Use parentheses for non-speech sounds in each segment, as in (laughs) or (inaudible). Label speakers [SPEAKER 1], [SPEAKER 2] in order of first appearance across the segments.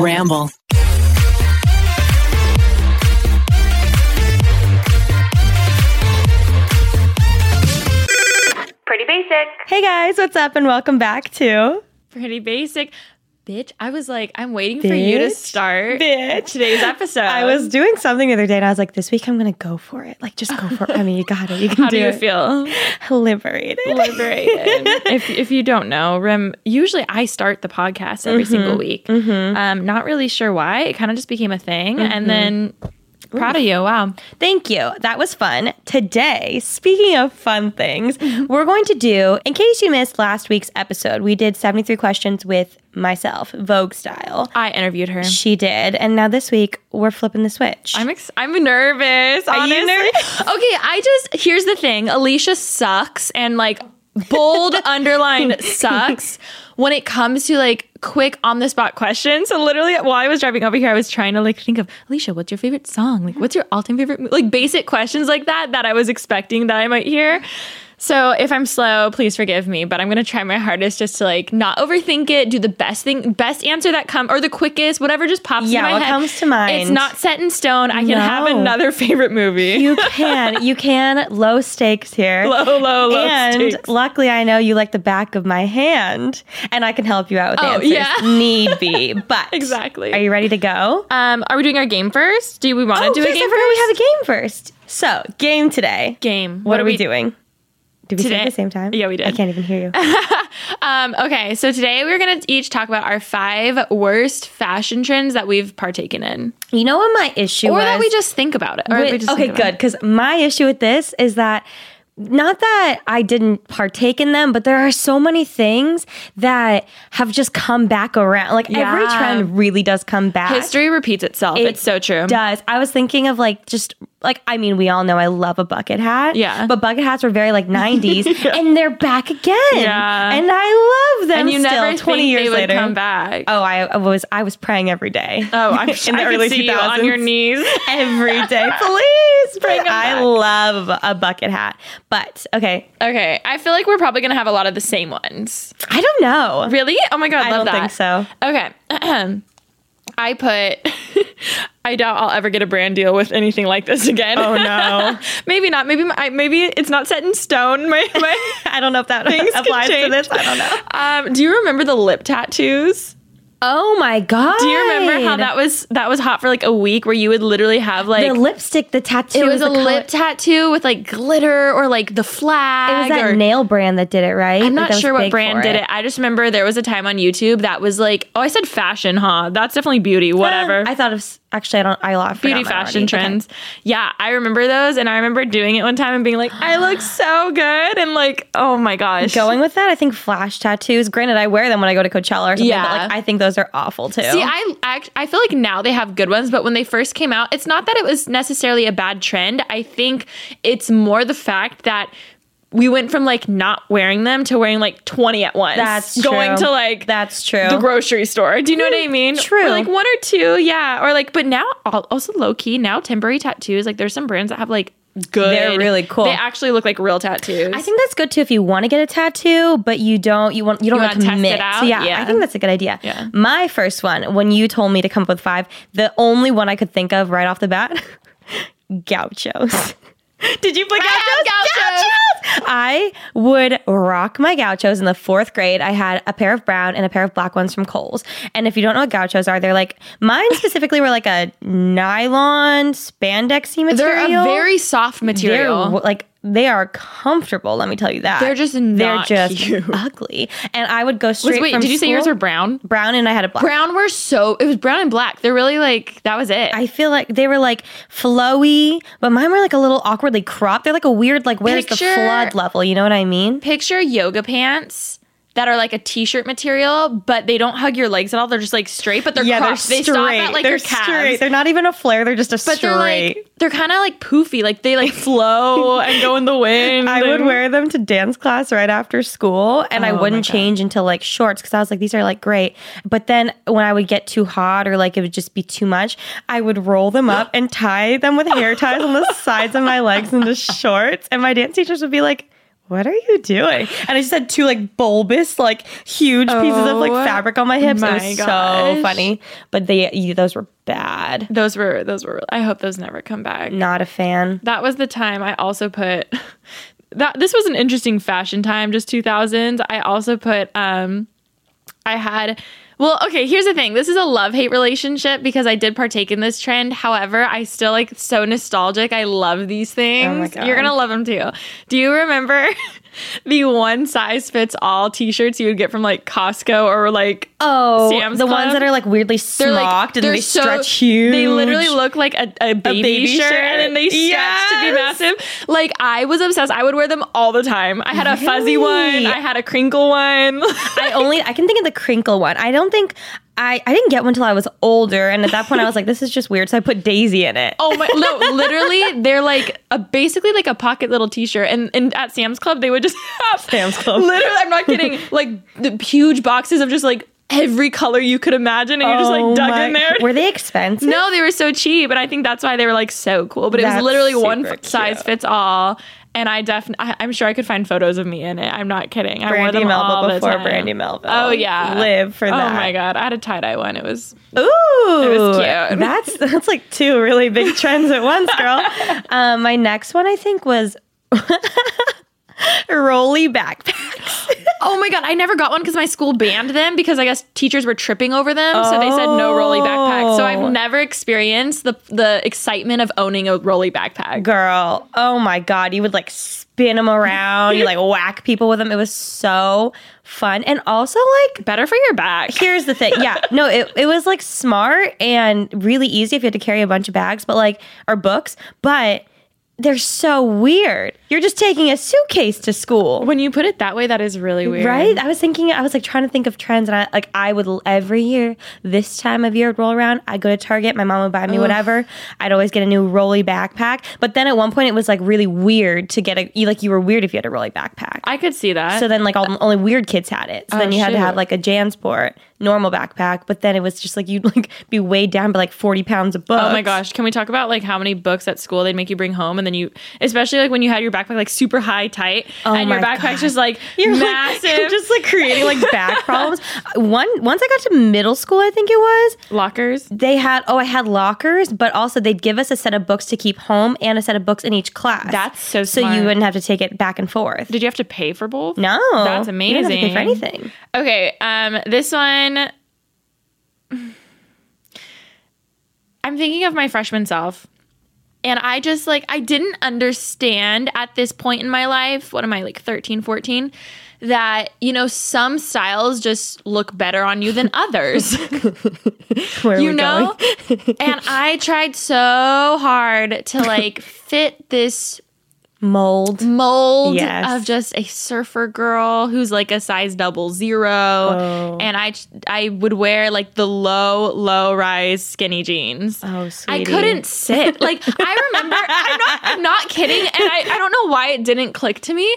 [SPEAKER 1] Ramble.
[SPEAKER 2] Pretty basic.
[SPEAKER 3] Hey guys, what's up and welcome back to
[SPEAKER 2] Pretty basic. Bitch, I was like, I'm waiting for you to
[SPEAKER 3] Bitch.
[SPEAKER 2] start
[SPEAKER 3] Bitch.
[SPEAKER 2] today's episode.
[SPEAKER 3] I was doing something the other day and I was like, this week I'm gonna go for it. Like just go for it. I
[SPEAKER 2] (laughs)
[SPEAKER 3] mean you got it. You can
[SPEAKER 2] How do you
[SPEAKER 3] it. (laughs)
[SPEAKER 2] feel?
[SPEAKER 3] liberated.
[SPEAKER 2] Liberated. if, if you don't know, Rim, usually I start the podcast every
[SPEAKER 3] Mm-hmm.
[SPEAKER 2] single week. Um, not really sure why. It kind of just became a thing.
[SPEAKER 3] Mm-hmm.
[SPEAKER 2] And then, proud of you. Wow.
[SPEAKER 3] Thank you. That was fun. Today, speaking of fun things, we're going to do, in case you missed last week's episode, we did 73 questions with myself, Vogue style.
[SPEAKER 2] I interviewed her.
[SPEAKER 3] She did. And now this week, we're flipping the switch.
[SPEAKER 2] I'm ex- I'm nervous.
[SPEAKER 3] Are
[SPEAKER 2] Honestly.
[SPEAKER 3] you nervous?
[SPEAKER 2] Okay, I just here's the thing. Alicia sucks and like
[SPEAKER 3] (laughs)
[SPEAKER 2] bold underline sucks when it comes to like quick on the spot questions. So literally while I was driving over here, I was trying to like think of Alicia, what's your favorite song? Like what's your all-time favorite mo-" like basic questions like that that I was expecting that I might hear. So if I'm slow, please forgive me, but I'm gonna try my hardest just to like not overthink it, do the best thing, best answer that come or the quickest, whatever just pops
[SPEAKER 3] Yeah,
[SPEAKER 2] in my
[SPEAKER 3] what
[SPEAKER 2] head.
[SPEAKER 3] comes to mind.
[SPEAKER 2] It's not set in stone. I can have
[SPEAKER 3] No.
[SPEAKER 2] another favorite movie.
[SPEAKER 3] you can. You can. Low stakes here.
[SPEAKER 2] (laughs) low, low, low.
[SPEAKER 3] and
[SPEAKER 2] stakes.
[SPEAKER 3] luckily, I know you like the back of my hand, and I can help you out with
[SPEAKER 2] Oh,
[SPEAKER 3] answers
[SPEAKER 2] yeah. (laughs)
[SPEAKER 3] need be. But
[SPEAKER 2] Exactly.
[SPEAKER 3] are you ready to go? Oh,
[SPEAKER 2] um, are we doing our game first? Do we want to do a
[SPEAKER 3] yes,
[SPEAKER 2] game
[SPEAKER 3] I forgot we have
[SPEAKER 2] first?
[SPEAKER 3] a game first. So, game today.
[SPEAKER 2] game.
[SPEAKER 3] What, are we, doing? Did we say it
[SPEAKER 2] Today-
[SPEAKER 3] at the same time?
[SPEAKER 2] Yeah, we did.
[SPEAKER 3] I can't even hear
[SPEAKER 2] (laughs)
[SPEAKER 3] you.
[SPEAKER 2] Um, okay, so today we're gonna each talk about our five worst fashion trends that we've partaken in,
[SPEAKER 3] you know what my issue
[SPEAKER 2] or
[SPEAKER 3] was?
[SPEAKER 2] that we just think about it. Or
[SPEAKER 3] Wait,
[SPEAKER 2] we just
[SPEAKER 3] okay,
[SPEAKER 2] think about
[SPEAKER 3] good. Because my issue with this is that not that I didn't partake in them, but there are so many things that have just come back around. Like every
[SPEAKER 2] Yeah.
[SPEAKER 3] trend really does come back.
[SPEAKER 2] it. History repeats itself.
[SPEAKER 3] It
[SPEAKER 2] it's so true.
[SPEAKER 3] Does I was thinking of like just like I mean we all know I love a bucket hat.
[SPEAKER 2] Yeah.
[SPEAKER 3] but bucket hats were very like
[SPEAKER 2] (laughs)
[SPEAKER 3] '90s, and they're back again.
[SPEAKER 2] Yeah.
[SPEAKER 3] and I love them.
[SPEAKER 2] and you
[SPEAKER 3] still,
[SPEAKER 2] never
[SPEAKER 3] 20
[SPEAKER 2] think
[SPEAKER 3] years
[SPEAKER 2] they would
[SPEAKER 3] later.
[SPEAKER 2] come back.
[SPEAKER 3] Oh, I, I was I was praying every
[SPEAKER 2] (laughs)
[SPEAKER 3] day. (laughs)
[SPEAKER 2] Oh, I'm
[SPEAKER 3] in the
[SPEAKER 2] I could
[SPEAKER 3] early
[SPEAKER 2] see you on your
[SPEAKER 3] 2000s. (laughs)
[SPEAKER 2] knees.
[SPEAKER 3] every day.
[SPEAKER 2] (laughs)
[SPEAKER 3] Please,
[SPEAKER 2] Bring
[SPEAKER 3] but
[SPEAKER 2] 'em
[SPEAKER 3] I
[SPEAKER 2] back.
[SPEAKER 3] love a bucket hat. But okay,
[SPEAKER 2] okay, I feel like we're probably gonna have a lot of the same ones.
[SPEAKER 3] I don't know.
[SPEAKER 2] (laughs) Really? Oh my god,
[SPEAKER 3] I
[SPEAKER 2] love
[SPEAKER 3] don't
[SPEAKER 2] that.
[SPEAKER 3] think so.
[SPEAKER 2] Okay. (clears throat) I put, (laughs) I doubt I'll ever get a brand deal with anything like this again.
[SPEAKER 3] Oh no,
[SPEAKER 2] (laughs) maybe not. Maybe my, I- maybe it's not set in stone. My, my,
[SPEAKER 3] (laughs)
[SPEAKER 2] (laughs)
[SPEAKER 3] I don't know if that
[SPEAKER 2] Things can
[SPEAKER 3] applies to
[SPEAKER 2] change.
[SPEAKER 3] this. I don't know.
[SPEAKER 2] um, do you remember the lip tattoos?
[SPEAKER 3] Oh my god.
[SPEAKER 2] Do you remember how that was that was hot for like a week where you would literally have like
[SPEAKER 3] the lipstick, the tattoo?
[SPEAKER 2] it was
[SPEAKER 3] the
[SPEAKER 2] a
[SPEAKER 3] color-
[SPEAKER 2] lip tattoo with like glitter or like the flag.
[SPEAKER 3] It was that
[SPEAKER 2] or,
[SPEAKER 3] nail brand that did it, right?
[SPEAKER 2] I'm not sure what brand did it. I just remember there was a time on YouTube that was like, oh, I said fashion, huh? That's definitely beauty, whatever.
[SPEAKER 3] (gasps) Eh, I thought of s- actually. I don't. I lost
[SPEAKER 2] beauty fashion trends. Yeah, I remember those, and I remember doing it one time and being like, "I look so good," and like, "Oh my gosh!"
[SPEAKER 3] Going with that, I think flash tattoos. Granted, I wear them when I go to Coachella or something.
[SPEAKER 2] Yeah.
[SPEAKER 3] But like, I think those are awful too.
[SPEAKER 2] See, I act- I feel like now they have good ones, but when they first came out, it's not that it was necessarily a bad trend. I think it's more the fact that we went from like not wearing them to wearing like twenty at once.
[SPEAKER 3] That's
[SPEAKER 2] going
[SPEAKER 3] true.
[SPEAKER 2] to like
[SPEAKER 3] that's true.
[SPEAKER 2] the grocery store. Do you know what I mean?
[SPEAKER 3] true.
[SPEAKER 2] Or like one or two, yeah. Or like, but now al- also low key now temporary tattoos. Like there's some brands that have like good.
[SPEAKER 3] They're really cool.
[SPEAKER 2] They actually look like real tattoos.
[SPEAKER 3] I think that's good too if you want to get a tattoo, but you don't. You want you don't
[SPEAKER 2] You
[SPEAKER 3] want to
[SPEAKER 2] wanna test
[SPEAKER 3] commit.
[SPEAKER 2] it out?
[SPEAKER 3] So yeah,
[SPEAKER 2] Yeah.
[SPEAKER 3] I think that's a good idea.
[SPEAKER 2] Yeah.
[SPEAKER 3] My first one, when you told me to come up with five, the only one I could think of right off the bat, (laughs) gauchos. (laughs) Did you play gauchos?
[SPEAKER 2] had gauchos.
[SPEAKER 3] Gauchos! I would rock my gauchos in the fourth grade. I had a pair of brown and a pair of black ones from Kohl's. And if you don't know what gauchos are, they're like mine specifically were like a nylon spandexy material.
[SPEAKER 2] they're a very soft
[SPEAKER 3] They're
[SPEAKER 2] material.
[SPEAKER 3] w- like they are comfortable. Let me tell you that
[SPEAKER 2] They're just not
[SPEAKER 3] they're just
[SPEAKER 2] cute.
[SPEAKER 3] (laughs) ugly. And I would go straight.
[SPEAKER 2] wait,
[SPEAKER 3] from
[SPEAKER 2] did you say yours
[SPEAKER 3] school-
[SPEAKER 2] were brown?
[SPEAKER 3] brown? And I had a black.
[SPEAKER 2] Brown were so it was brown and black. They're really like that was it.
[SPEAKER 3] I feel like they were like flowy, but mine were like a little awkwardly cropped. They're like a weird like where's
[SPEAKER 2] Picture-
[SPEAKER 3] the flood level? You know what I mean?
[SPEAKER 2] Picture yoga pants that are like a t-shirt material, but they don't hug your legs at all. They're just like straight, but they're cropped. they stop at like
[SPEAKER 3] they're
[SPEAKER 2] your calves.
[SPEAKER 3] straight. They're not even a flare. They're just a
[SPEAKER 2] But
[SPEAKER 3] straight.
[SPEAKER 2] they're like they're kind of like poofy, like they like (laughs) flow and go in the wind.
[SPEAKER 3] I would
[SPEAKER 2] and-
[SPEAKER 3] wear them to dance class right after school, and I
[SPEAKER 2] Oh my
[SPEAKER 3] wouldn't
[SPEAKER 2] God.
[SPEAKER 3] change until like shorts because I was like, these are like great. But then when I would get too hot or like it would just be too much, I would roll them up and
[SPEAKER 2] (laughs)
[SPEAKER 3] tie them with hair ties on the sides of my legs into shorts, and my dance teachers would be like, what are you doing? And I just had two like bulbous, like huge pieces of like
[SPEAKER 2] Oh,
[SPEAKER 3] fabric on my hips.
[SPEAKER 2] my
[SPEAKER 3] it was
[SPEAKER 2] gosh.
[SPEAKER 3] so funny. But they you- those were bad.
[SPEAKER 2] Those were those were. I hope those never come back.
[SPEAKER 3] Not a fan.
[SPEAKER 2] That was the time I also put (laughs) that this was an interesting fashion time just 2000s. I also put um I had well, okay, here's the thing. This is a love-hate relationship because I did partake in this trend. However, I still like so nostalgic. I love these things.
[SPEAKER 3] God.
[SPEAKER 2] You're going to love them too. Do you remember (laughs) the one size fits all t-shirts you would get from like Costco or like
[SPEAKER 3] Oh,
[SPEAKER 2] Sam's
[SPEAKER 3] the
[SPEAKER 2] Club?
[SPEAKER 3] ones that are like weirdly
[SPEAKER 2] they're
[SPEAKER 3] smocked
[SPEAKER 2] like
[SPEAKER 3] and
[SPEAKER 2] they're
[SPEAKER 3] they
[SPEAKER 2] so-
[SPEAKER 3] stretch huge.
[SPEAKER 2] They literally look like a, a, baby,
[SPEAKER 3] baby
[SPEAKER 2] shirt,
[SPEAKER 3] shirt.
[SPEAKER 2] and then they stretch to be
[SPEAKER 3] Yes.
[SPEAKER 2] massive. Like I was obsessed. I would wear them all the time. I had a fuzzy one.
[SPEAKER 3] Really?
[SPEAKER 2] I had a crinkle one. (laughs)
[SPEAKER 3] I only I can think of the crinkle one. I don't think I I didn't get one till I was older, and at that point I was like, this is just weird. So I put Daisy in it.
[SPEAKER 2] oh my! No, literally, they're like a basically like a pocket little T-shirt. And and at Sam's Club, they would just have
[SPEAKER 3] Sam's Club.
[SPEAKER 2] Literally, I'm not kidding. Like the huge boxes of just like every color you could imagine, and you just
[SPEAKER 3] Oh
[SPEAKER 2] like dug
[SPEAKER 3] my-
[SPEAKER 2] in there.
[SPEAKER 3] Were they expensive?
[SPEAKER 2] No, they were so cheap, and I think that's why they were like so cool. But it was
[SPEAKER 3] That's
[SPEAKER 2] literally one
[SPEAKER 3] super
[SPEAKER 2] f- size
[SPEAKER 3] cute.
[SPEAKER 2] fits all, and I definitely, I'm sure I could find photos of me in it. I'm not kidding. I wore
[SPEAKER 3] Brandy
[SPEAKER 2] them all
[SPEAKER 3] Melville
[SPEAKER 2] the
[SPEAKER 3] before
[SPEAKER 2] time.
[SPEAKER 3] Brandy Melville.
[SPEAKER 2] Oh yeah,
[SPEAKER 3] live for that.
[SPEAKER 2] Oh my god, I had a tie dye one. It was
[SPEAKER 3] Ooh,
[SPEAKER 2] was cute.
[SPEAKER 3] that's that's like two really
[SPEAKER 2] (laughs)
[SPEAKER 3] big trends at once, girl. um, my next one I think was (laughs) Rolly backpacks.
[SPEAKER 2] oh my god, I never got one because my school banned them because I guess teachers were tripping over them, so they said no rolly backpacks. So
[SPEAKER 3] Oh.
[SPEAKER 2] I've never experienced the the excitement of owning a rolly backpack.
[SPEAKER 3] Girl, oh my god, you would like spin them around, you like whack people with them. It was so fun, and also like
[SPEAKER 2] Better for your back.
[SPEAKER 3] here's the thing. Yeah, no, it, it was like smart and really easy if you had to carry a bunch of bags, but like or books, but they're so weird. You're just taking a suitcase to school.
[SPEAKER 2] When you put it that way, that is really weird.
[SPEAKER 3] Right? I was thinking, I was like trying to think of trends, and I like I would l- every year this time of year would roll around. I would go to Target, my mom would buy me whatever. I'd always get a new rolly backpack, but then at one point it was like really weird to get a you like you were weird if you had a rolly backpack.
[SPEAKER 2] I could see that.
[SPEAKER 3] so then like all, only weird kids had it. So then
[SPEAKER 2] Oh,
[SPEAKER 3] you had to have
[SPEAKER 2] shoot.
[SPEAKER 3] like a JanSport normal backpack, but then it was just like you'd like be weighed down by like forty pounds of books.
[SPEAKER 2] Oh my gosh, can we talk about like how many books at school they'd make you bring home and then you especially like when you had your backpack like super high tight and your
[SPEAKER 3] Oh my
[SPEAKER 2] backpack's
[SPEAKER 3] God.
[SPEAKER 2] just like
[SPEAKER 3] (laughs) You're like- (laughs) (laughs)
[SPEAKER 2] massive
[SPEAKER 3] just like creating like back problems. (laughs) One once I got to middle school, I think it was.
[SPEAKER 2] lockers.
[SPEAKER 3] they had oh i had lockers but also they'd give us a set of books to keep home and a set of books in each class
[SPEAKER 2] That's so
[SPEAKER 3] so
[SPEAKER 2] smart.
[SPEAKER 3] you wouldn't have to take it back and forth
[SPEAKER 2] Did you have to pay for both?
[SPEAKER 3] no
[SPEAKER 2] That's
[SPEAKER 3] you didn't have to pay for
[SPEAKER 2] amazing.
[SPEAKER 3] anything
[SPEAKER 2] Okay, um this one I'm thinking of my freshman self. And I just like I didn't understand at this point in my life, what am I like 13, 14, that you know some styles just look better
[SPEAKER 3] (laughs)
[SPEAKER 2] on you than others.
[SPEAKER 3] Where are
[SPEAKER 2] you
[SPEAKER 3] we
[SPEAKER 2] know
[SPEAKER 3] going? (laughs)
[SPEAKER 2] and i tried so hard to like fit this
[SPEAKER 3] mold
[SPEAKER 2] mold
[SPEAKER 3] Yes.
[SPEAKER 2] of just a surfer girl who's like a size double zero
[SPEAKER 3] Oh.
[SPEAKER 2] and i i would wear like the low low rise skinny jeans
[SPEAKER 3] oh
[SPEAKER 2] I
[SPEAKER 3] sweetie.
[SPEAKER 2] couldn't sit. Like I remember, I'm not, I'm not kidding, and I, I don't know why it didn't click to me.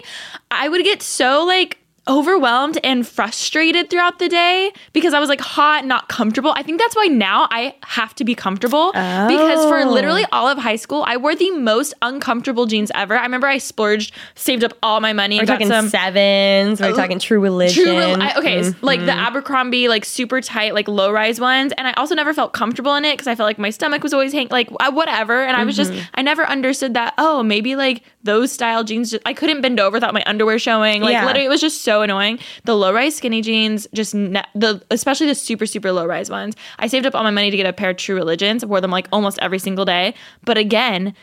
[SPEAKER 2] I would get so like overwhelmed and frustrated throughout the day because I was like hot, not comfortable. I think that's why now I have to be comfortable because for
[SPEAKER 3] Oh.
[SPEAKER 2] literally all of high school, I wore the most uncomfortable jeans ever. I remember I splurged, saved up all my money,
[SPEAKER 3] we're
[SPEAKER 2] and got
[SPEAKER 3] talking
[SPEAKER 2] some Oh.
[SPEAKER 3] sevens we're talking true religion Mm-hmm.
[SPEAKER 2] True, rel- I, okay, s- like the Abercrombie, like super tight, like low rise ones, and I also never felt comfortable in it because I felt like my stomach was always hang, like I, whatever, and I was just,
[SPEAKER 3] Mm-hmm.
[SPEAKER 2] I never understood that. Oh, maybe like those style jeans, just, I couldn't bend over without my underwear showing. Like
[SPEAKER 3] Yeah.
[SPEAKER 2] literally, it was just so annoying. The low rise skinny jeans, just ne- the especially the super super low rise ones. I saved up all my money to get a pair of True Religions. I wore them like almost every single day, but again,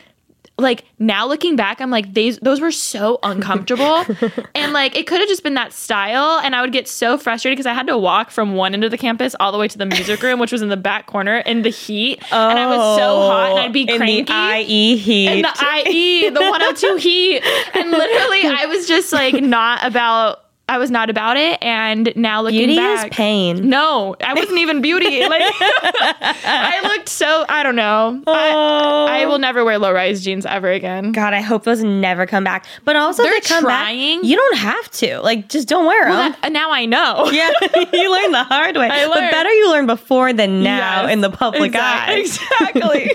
[SPEAKER 2] like now looking back, I'm like these those were so
[SPEAKER 3] (laughs)
[SPEAKER 2] uncomfortable, and like it could have just been that style, and I would get so frustrated because I had to walk from one end of the campus all the way to the music room, which was in the back corner in the heat, and I was so hot, and I'd be
[SPEAKER 3] Oh, in
[SPEAKER 2] cranky.
[SPEAKER 3] the E. IE heat.
[SPEAKER 2] in E, oh
[SPEAKER 3] (laughs)
[SPEAKER 2] the IE, the 102 heat. And literally, I was just like, not about, I was not about it, and now looking
[SPEAKER 3] Beauty is
[SPEAKER 2] back,
[SPEAKER 3] pain.
[SPEAKER 2] No, I wasn't even beauty.
[SPEAKER 3] (laughs)
[SPEAKER 2] Like I looked so I don't know.
[SPEAKER 3] Oh.
[SPEAKER 2] I will never wear low rise jeans ever again.
[SPEAKER 3] God, I hope those never come back. But also,
[SPEAKER 2] They're
[SPEAKER 3] if they come
[SPEAKER 2] trying.
[SPEAKER 3] back. You don't have to. Like, just don't wear them.
[SPEAKER 2] Well, that- now I know.
[SPEAKER 3] (laughs) yeah, you learn the hard way.
[SPEAKER 2] I
[SPEAKER 3] But
[SPEAKER 2] learned.
[SPEAKER 3] better you learn before than now
[SPEAKER 2] Yes,
[SPEAKER 3] in the public
[SPEAKER 2] exact-
[SPEAKER 3] eye.
[SPEAKER 2] (laughs)
[SPEAKER 3] (laughs)
[SPEAKER 2] Exactly.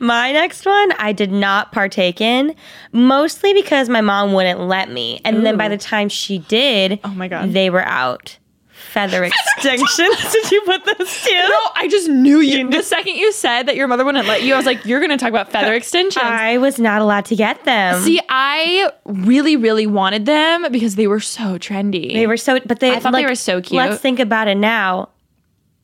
[SPEAKER 3] my next one I did not partake in, mostly because my mom wouldn't let me. And then by the time she did, oh
[SPEAKER 2] my God.
[SPEAKER 3] they were out.
[SPEAKER 2] (laughs)
[SPEAKER 3] Feather extinctions. did you put those too?
[SPEAKER 2] No, I just knew you. The second you said that your mother wouldn't let you, I was like, you're going to talk about feather extensions.
[SPEAKER 3] (laughs) I was not allowed to get them.
[SPEAKER 2] See, I really, really wanted them because they were so trendy.
[SPEAKER 3] they were so, but they.
[SPEAKER 2] I thought they
[SPEAKER 3] like,
[SPEAKER 2] were so cute.
[SPEAKER 3] Let's think about it now.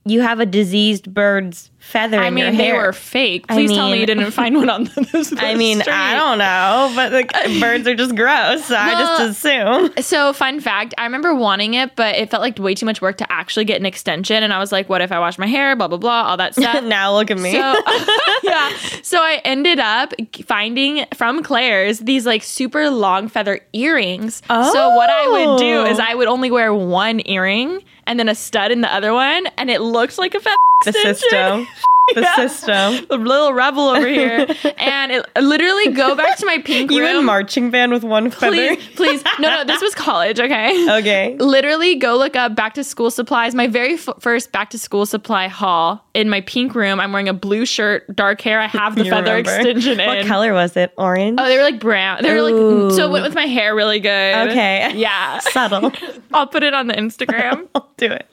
[SPEAKER 3] You have a diseased bird's feather
[SPEAKER 2] I
[SPEAKER 3] in
[SPEAKER 2] mean,
[SPEAKER 3] your
[SPEAKER 2] they
[SPEAKER 3] hair.
[SPEAKER 2] were fake. Please tell me
[SPEAKER 3] mean-
[SPEAKER 2] you didn't find one
[SPEAKER 3] (laughs)
[SPEAKER 2] on the, the, the
[SPEAKER 3] I mean,
[SPEAKER 2] street. Uh,
[SPEAKER 3] I don't know, but
[SPEAKER 2] (laughs)
[SPEAKER 3] like, birds are just gross. So I
[SPEAKER 2] Well-
[SPEAKER 3] just assume.
[SPEAKER 2] So, fun fact, I remember wanting it, but it felt like way too much work to actually get an extension. And I was like, what if I wash my hair? Blah, blah, blah, all that
[SPEAKER 3] (laughs)
[SPEAKER 2] stuff.
[SPEAKER 3] now look at me.
[SPEAKER 2] So (laughs) yeah, so I ended up finding from Claire's these like super long feather earrings. So what I would do
[SPEAKER 3] Oh.
[SPEAKER 2] is I would only wear one earring and then a stud in the other one, and it looked like a feather
[SPEAKER 3] the
[SPEAKER 2] extension. (laughs)
[SPEAKER 3] system. The
[SPEAKER 2] Yeah.
[SPEAKER 3] system.
[SPEAKER 2] (laughs) A little rebel
[SPEAKER 3] (laughs)
[SPEAKER 2] over here, and it I literally go back to my pink
[SPEAKER 3] You
[SPEAKER 2] room.
[SPEAKER 3] in marching band with one feather?
[SPEAKER 2] please, please, no, no, this was college,
[SPEAKER 3] (laughs)
[SPEAKER 2] okay?
[SPEAKER 3] Okay.
[SPEAKER 2] literally go look up back to school supplies. My very f- first back to school supply haul in my pink room. I'm wearing a blue shirt, dark hair.
[SPEAKER 3] (laughs)
[SPEAKER 2] I have the
[SPEAKER 3] You
[SPEAKER 2] feather
[SPEAKER 3] remember.
[SPEAKER 2] extension in.
[SPEAKER 3] What color was it? Orange?
[SPEAKER 2] Oh, they were like brown. They were like
[SPEAKER 3] Ooh.
[SPEAKER 2] so it went with my hair really good.
[SPEAKER 3] Okay. (laughs)
[SPEAKER 2] Yeah. (laughs)
[SPEAKER 3] Subtle.
[SPEAKER 2] I'll put it on the
[SPEAKER 3] (laughs)
[SPEAKER 2] Instagram.
[SPEAKER 3] I'll do it.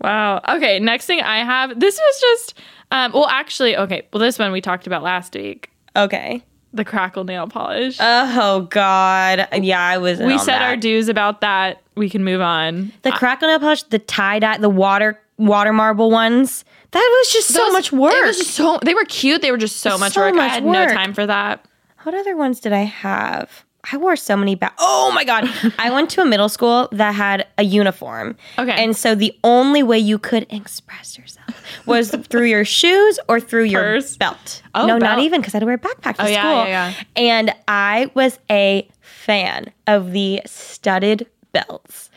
[SPEAKER 2] wow. Okay, next thing I have this was just um well actually, okay. Well, this one we talked about last week.
[SPEAKER 3] Okay.
[SPEAKER 2] The crackle nail polish.
[SPEAKER 3] Oh, God. Yeah, I was. in
[SPEAKER 2] we
[SPEAKER 3] on
[SPEAKER 2] said
[SPEAKER 3] that.
[SPEAKER 2] our dues about that. We can move on.
[SPEAKER 3] The crackle nail polish, the tie dye, the water water marble ones. That was just so
[SPEAKER 2] Those-
[SPEAKER 3] much work.
[SPEAKER 2] It was just so they were cute. They were just so much
[SPEAKER 3] so
[SPEAKER 2] work. I
[SPEAKER 3] much
[SPEAKER 2] had
[SPEAKER 3] work.
[SPEAKER 2] no time for that.
[SPEAKER 3] What other ones did I have? I wore so many back. Oh my god! I went to a middle school that had a uniform.
[SPEAKER 2] Okay.
[SPEAKER 3] And so the only way you could express yourself was through your shoes or through
[SPEAKER 2] Purse?
[SPEAKER 3] your belt.
[SPEAKER 2] Oh,
[SPEAKER 3] no,
[SPEAKER 2] belt.
[SPEAKER 3] not even because I had to wear a backpack to
[SPEAKER 2] Oh,
[SPEAKER 3] school.
[SPEAKER 2] yeah, yeah, yeah.
[SPEAKER 3] And I was a fan of the studded belts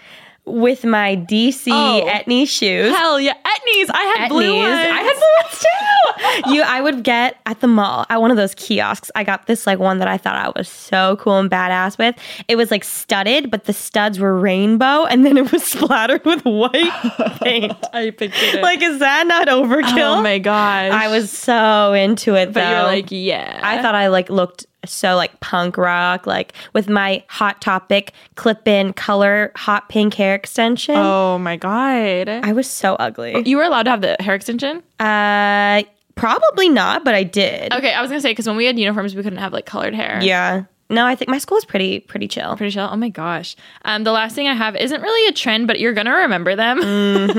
[SPEAKER 3] with my DC
[SPEAKER 2] Oh.
[SPEAKER 3] Etnies shoes.
[SPEAKER 2] Hell yeah, etnies. I had blue
[SPEAKER 3] Etnies.
[SPEAKER 2] ones.
[SPEAKER 3] I had blue ones too. you, I would get at the mall at one of those kiosks. I got this like one that I thought I was so cool and badass with. It was like studded, but the studs were rainbow, and then it was (laughs) splattered with
[SPEAKER 2] (laughs)
[SPEAKER 3] white paint.
[SPEAKER 2] I pictured it.
[SPEAKER 3] like, is that not overkill?
[SPEAKER 2] oh my gosh.
[SPEAKER 3] I was so into it,
[SPEAKER 2] But
[SPEAKER 3] though.
[SPEAKER 2] you're like, yeah.
[SPEAKER 3] I thought I like looked so like punk rock, like with my hot topic clip in color hot pink hair extension.
[SPEAKER 2] Oh my god.
[SPEAKER 3] I was so ugly.
[SPEAKER 2] you were allowed to have the hair extension.
[SPEAKER 3] Uh, probably not, but I did.
[SPEAKER 2] Okay, I was gonna say because when we had uniforms, we couldn't have like colored hair.
[SPEAKER 3] Yeah. No, I think my school's pretty pretty chill.
[SPEAKER 2] Pretty chill. Oh my gosh. Um, the last thing I have isn't really a trend, but you're gonna remember them.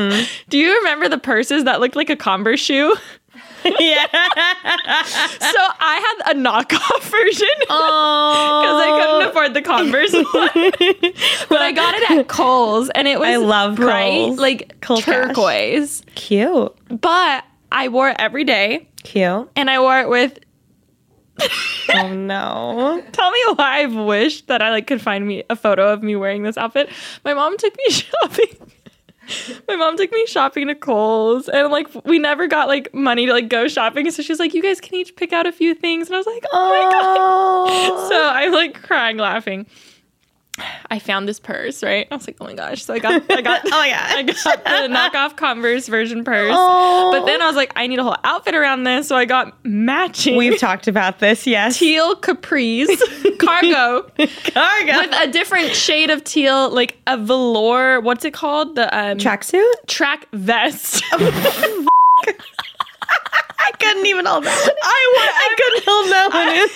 [SPEAKER 2] (laughs) Do you remember the purses that looked like a Converse (laughs) shoe?
[SPEAKER 3] (laughs) yeah.
[SPEAKER 2] so I had a knockoff (laughs) version. because I couldn't
[SPEAKER 3] Oh.
[SPEAKER 2] afford the
[SPEAKER 3] (laughs)
[SPEAKER 2] Converse one. but I got it at Kohl's, and it was
[SPEAKER 3] I love
[SPEAKER 2] bright,
[SPEAKER 3] Kohl's.
[SPEAKER 2] like
[SPEAKER 3] Kohl Cash.
[SPEAKER 2] turquoise.
[SPEAKER 3] (laughs) Cute.
[SPEAKER 2] But I wore it every day,
[SPEAKER 3] Cute.
[SPEAKER 2] and I wore it with.
[SPEAKER 3] Oh no.
[SPEAKER 2] Tell me why I've wished that I like could find me a photo of me wearing this outfit. My mom took me (laughs) shopping. My mom took me shopping to Kohl's and like we never got like money to like go shopping. So she's like, you guys can each pick out a few things. And I was like, oh my god.
[SPEAKER 3] Oh.
[SPEAKER 2] (laughs) So I'm like crying laughing. I found this purse, right? I was like, oh my gosh. So I got I got
[SPEAKER 3] (laughs)
[SPEAKER 2] (laughs)
[SPEAKER 3] oh yeah.
[SPEAKER 2] I got the knockoff Converse version purse.
[SPEAKER 3] Oh.
[SPEAKER 2] But then I was like, I need a whole outfit around this. So I got matching
[SPEAKER 3] We've talked about this, yes.
[SPEAKER 2] (laughs) teal
[SPEAKER 3] (laughs)
[SPEAKER 2] capris cargo
[SPEAKER 3] Cargo.
[SPEAKER 2] with a different shade of teal, like a velour, what's it called? The um,
[SPEAKER 3] tracksuit?
[SPEAKER 2] track
[SPEAKER 3] (laughs)
[SPEAKER 2] vest. (laughs)
[SPEAKER 3] I couldn't even hold that. One. I want I couldn't hold that one in.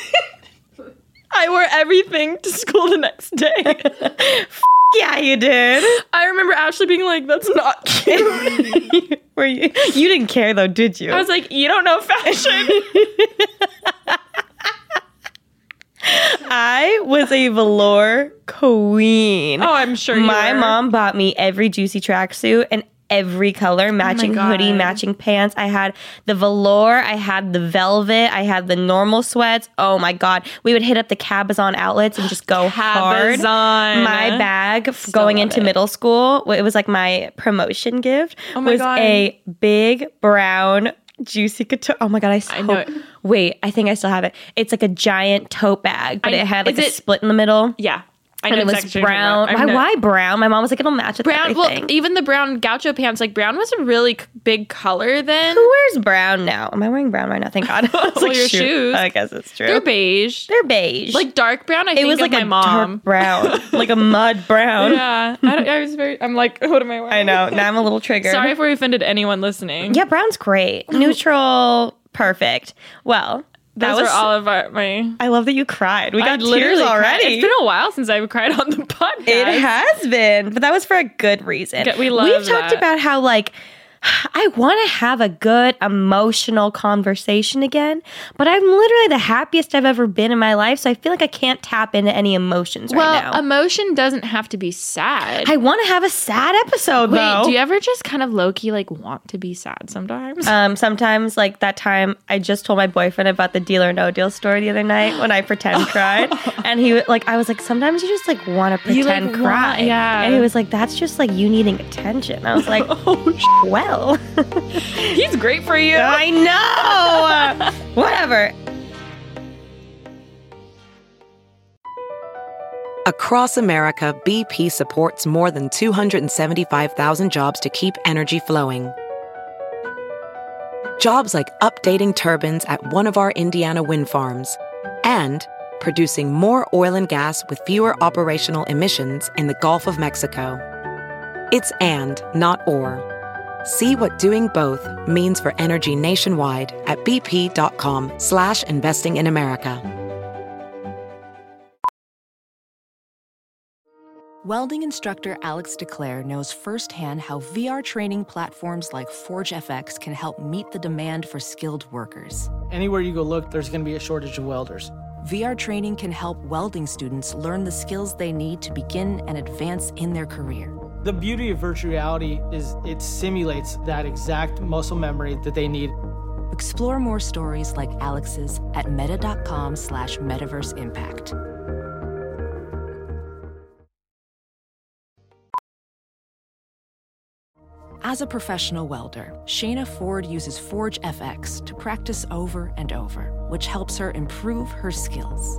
[SPEAKER 2] I wore everything to school the next day.
[SPEAKER 3] (laughs) Yeah, you did.
[SPEAKER 2] I remember Ashley being like, that's not cute.
[SPEAKER 3] (laughs) Were you You didn't care though, did you?
[SPEAKER 2] I was like, you don't know fashion.
[SPEAKER 3] (laughs) I was a velour queen.
[SPEAKER 2] Oh, I'm sure you
[SPEAKER 3] My
[SPEAKER 2] were.
[SPEAKER 3] mom bought me every juicy tracksuit and every color, matching hoodie,
[SPEAKER 2] Oh God.
[SPEAKER 3] matching pants. I had the velour, I had the velvet, I had the normal sweats. Oh my god, we would hit up the Cabazon outlets and just
[SPEAKER 2] (gasps)
[SPEAKER 3] go hard.
[SPEAKER 2] Cabazon.
[SPEAKER 3] My bag f- going
[SPEAKER 2] love
[SPEAKER 3] into
[SPEAKER 2] it.
[SPEAKER 3] middle school, w- it was like my promotion gift
[SPEAKER 2] Oh my
[SPEAKER 3] was
[SPEAKER 2] God.
[SPEAKER 3] a big brown juicy couture. Oh my god, I, s-
[SPEAKER 2] know
[SPEAKER 3] hope-
[SPEAKER 2] it.
[SPEAKER 3] Wait, I think I still have it. It's like a giant tote bag, but
[SPEAKER 2] I-
[SPEAKER 3] it had like
[SPEAKER 2] is
[SPEAKER 3] a
[SPEAKER 2] it-
[SPEAKER 3] split in the middle.
[SPEAKER 2] Yeah. I
[SPEAKER 3] And it was
[SPEAKER 2] exactly what you're
[SPEAKER 3] brown.
[SPEAKER 2] talking
[SPEAKER 3] Why,
[SPEAKER 2] about. I've
[SPEAKER 3] why brown? My mom was like, it'll match with
[SPEAKER 2] Brown.
[SPEAKER 3] everything.
[SPEAKER 2] Well, even the brown gaucho pants, like brown was a really c- big color then.
[SPEAKER 3] Who wears brown now? Am I wearing brown right now? Thank God. (laughs) I was
[SPEAKER 2] Well, your
[SPEAKER 3] shoot.
[SPEAKER 2] shoes.
[SPEAKER 3] I guess it's true.
[SPEAKER 2] They're beige,
[SPEAKER 3] They're beige.
[SPEAKER 2] like dark brown. I
[SPEAKER 3] it
[SPEAKER 2] think
[SPEAKER 3] was like
[SPEAKER 2] of my
[SPEAKER 3] a
[SPEAKER 2] mom.
[SPEAKER 3] dark
[SPEAKER 2] (laughs)
[SPEAKER 3] brown, like a mud brown.
[SPEAKER 2] Yeah, I, don't, I was very. I'm like, (laughs) what am I wearing?
[SPEAKER 3] I know. Now I'm a little triggered.
[SPEAKER 2] Sorry if we offended anyone listening.
[SPEAKER 3] Yeah, brown's great. Neutral, perfect. Well, that
[SPEAKER 2] Those
[SPEAKER 3] was.
[SPEAKER 2] were all of our my.
[SPEAKER 3] I love that you cried. We
[SPEAKER 2] I
[SPEAKER 3] got
[SPEAKER 2] literally
[SPEAKER 3] tears
[SPEAKER 2] cried.
[SPEAKER 3] already.
[SPEAKER 2] It's been a while since I've cried on the (laughs) podcast.
[SPEAKER 3] It has been, but that was for a good reason.
[SPEAKER 2] Good- we love
[SPEAKER 3] We've talked
[SPEAKER 2] that.
[SPEAKER 3] about how like (sighs) I want to have a good emotional conversation again, but I'm literally the happiest I've ever been in my life, so I feel like I can't tap into any emotions right
[SPEAKER 2] well, um,
[SPEAKER 3] now.
[SPEAKER 2] emotion doesn't have to be sad.
[SPEAKER 3] I want to have a sad episode though.
[SPEAKER 2] Wait, do you ever just kind of low key like want to be sad sometimes?
[SPEAKER 3] um, sometimes, like that time, I just told my boyfriend about the Deal or No Deal story the other night when I
[SPEAKER 2] (laughs)
[SPEAKER 3] pretend cried, and he like I was like, sometimes you just like want to
[SPEAKER 2] You, like,
[SPEAKER 3] pretend
[SPEAKER 2] want-
[SPEAKER 3] cry,
[SPEAKER 2] yeah.
[SPEAKER 3] And he was like, that's just like you needing attention. I was
[SPEAKER 2] (laughs)
[SPEAKER 3] like, oh well. (laughs)
[SPEAKER 2] (laughs) He's great for you.
[SPEAKER 3] I know. Whatever.
[SPEAKER 1] Across America, BP supports more than 275,000 jobs to keep energy flowing. Jobs like updating turbines at one of our Indiana wind farms and producing more oil and gas with fewer operational emissions in the Gulf of Mexico. It's and, not or. See what doing both means for energy nationwide at bp.com slash investing in America.
[SPEAKER 4] Welding instructor Alex DeClaire knows firsthand how VR training platforms like ForgeFX can help meet the demand for skilled workers.
[SPEAKER 5] Anywhere you go look, there's going to be a shortage of welders.
[SPEAKER 4] VR training can help welding students learn the skills they need to begin and advance in their career.
[SPEAKER 5] The beauty of virtual reality is it simulates that exact muscle memory that they need.
[SPEAKER 4] Explore more stories like Alex's at meta.com slash metaverse impact. As a professional welder, Shayna Ford uses Forge FX to practice over and over, which helps her improve her skills.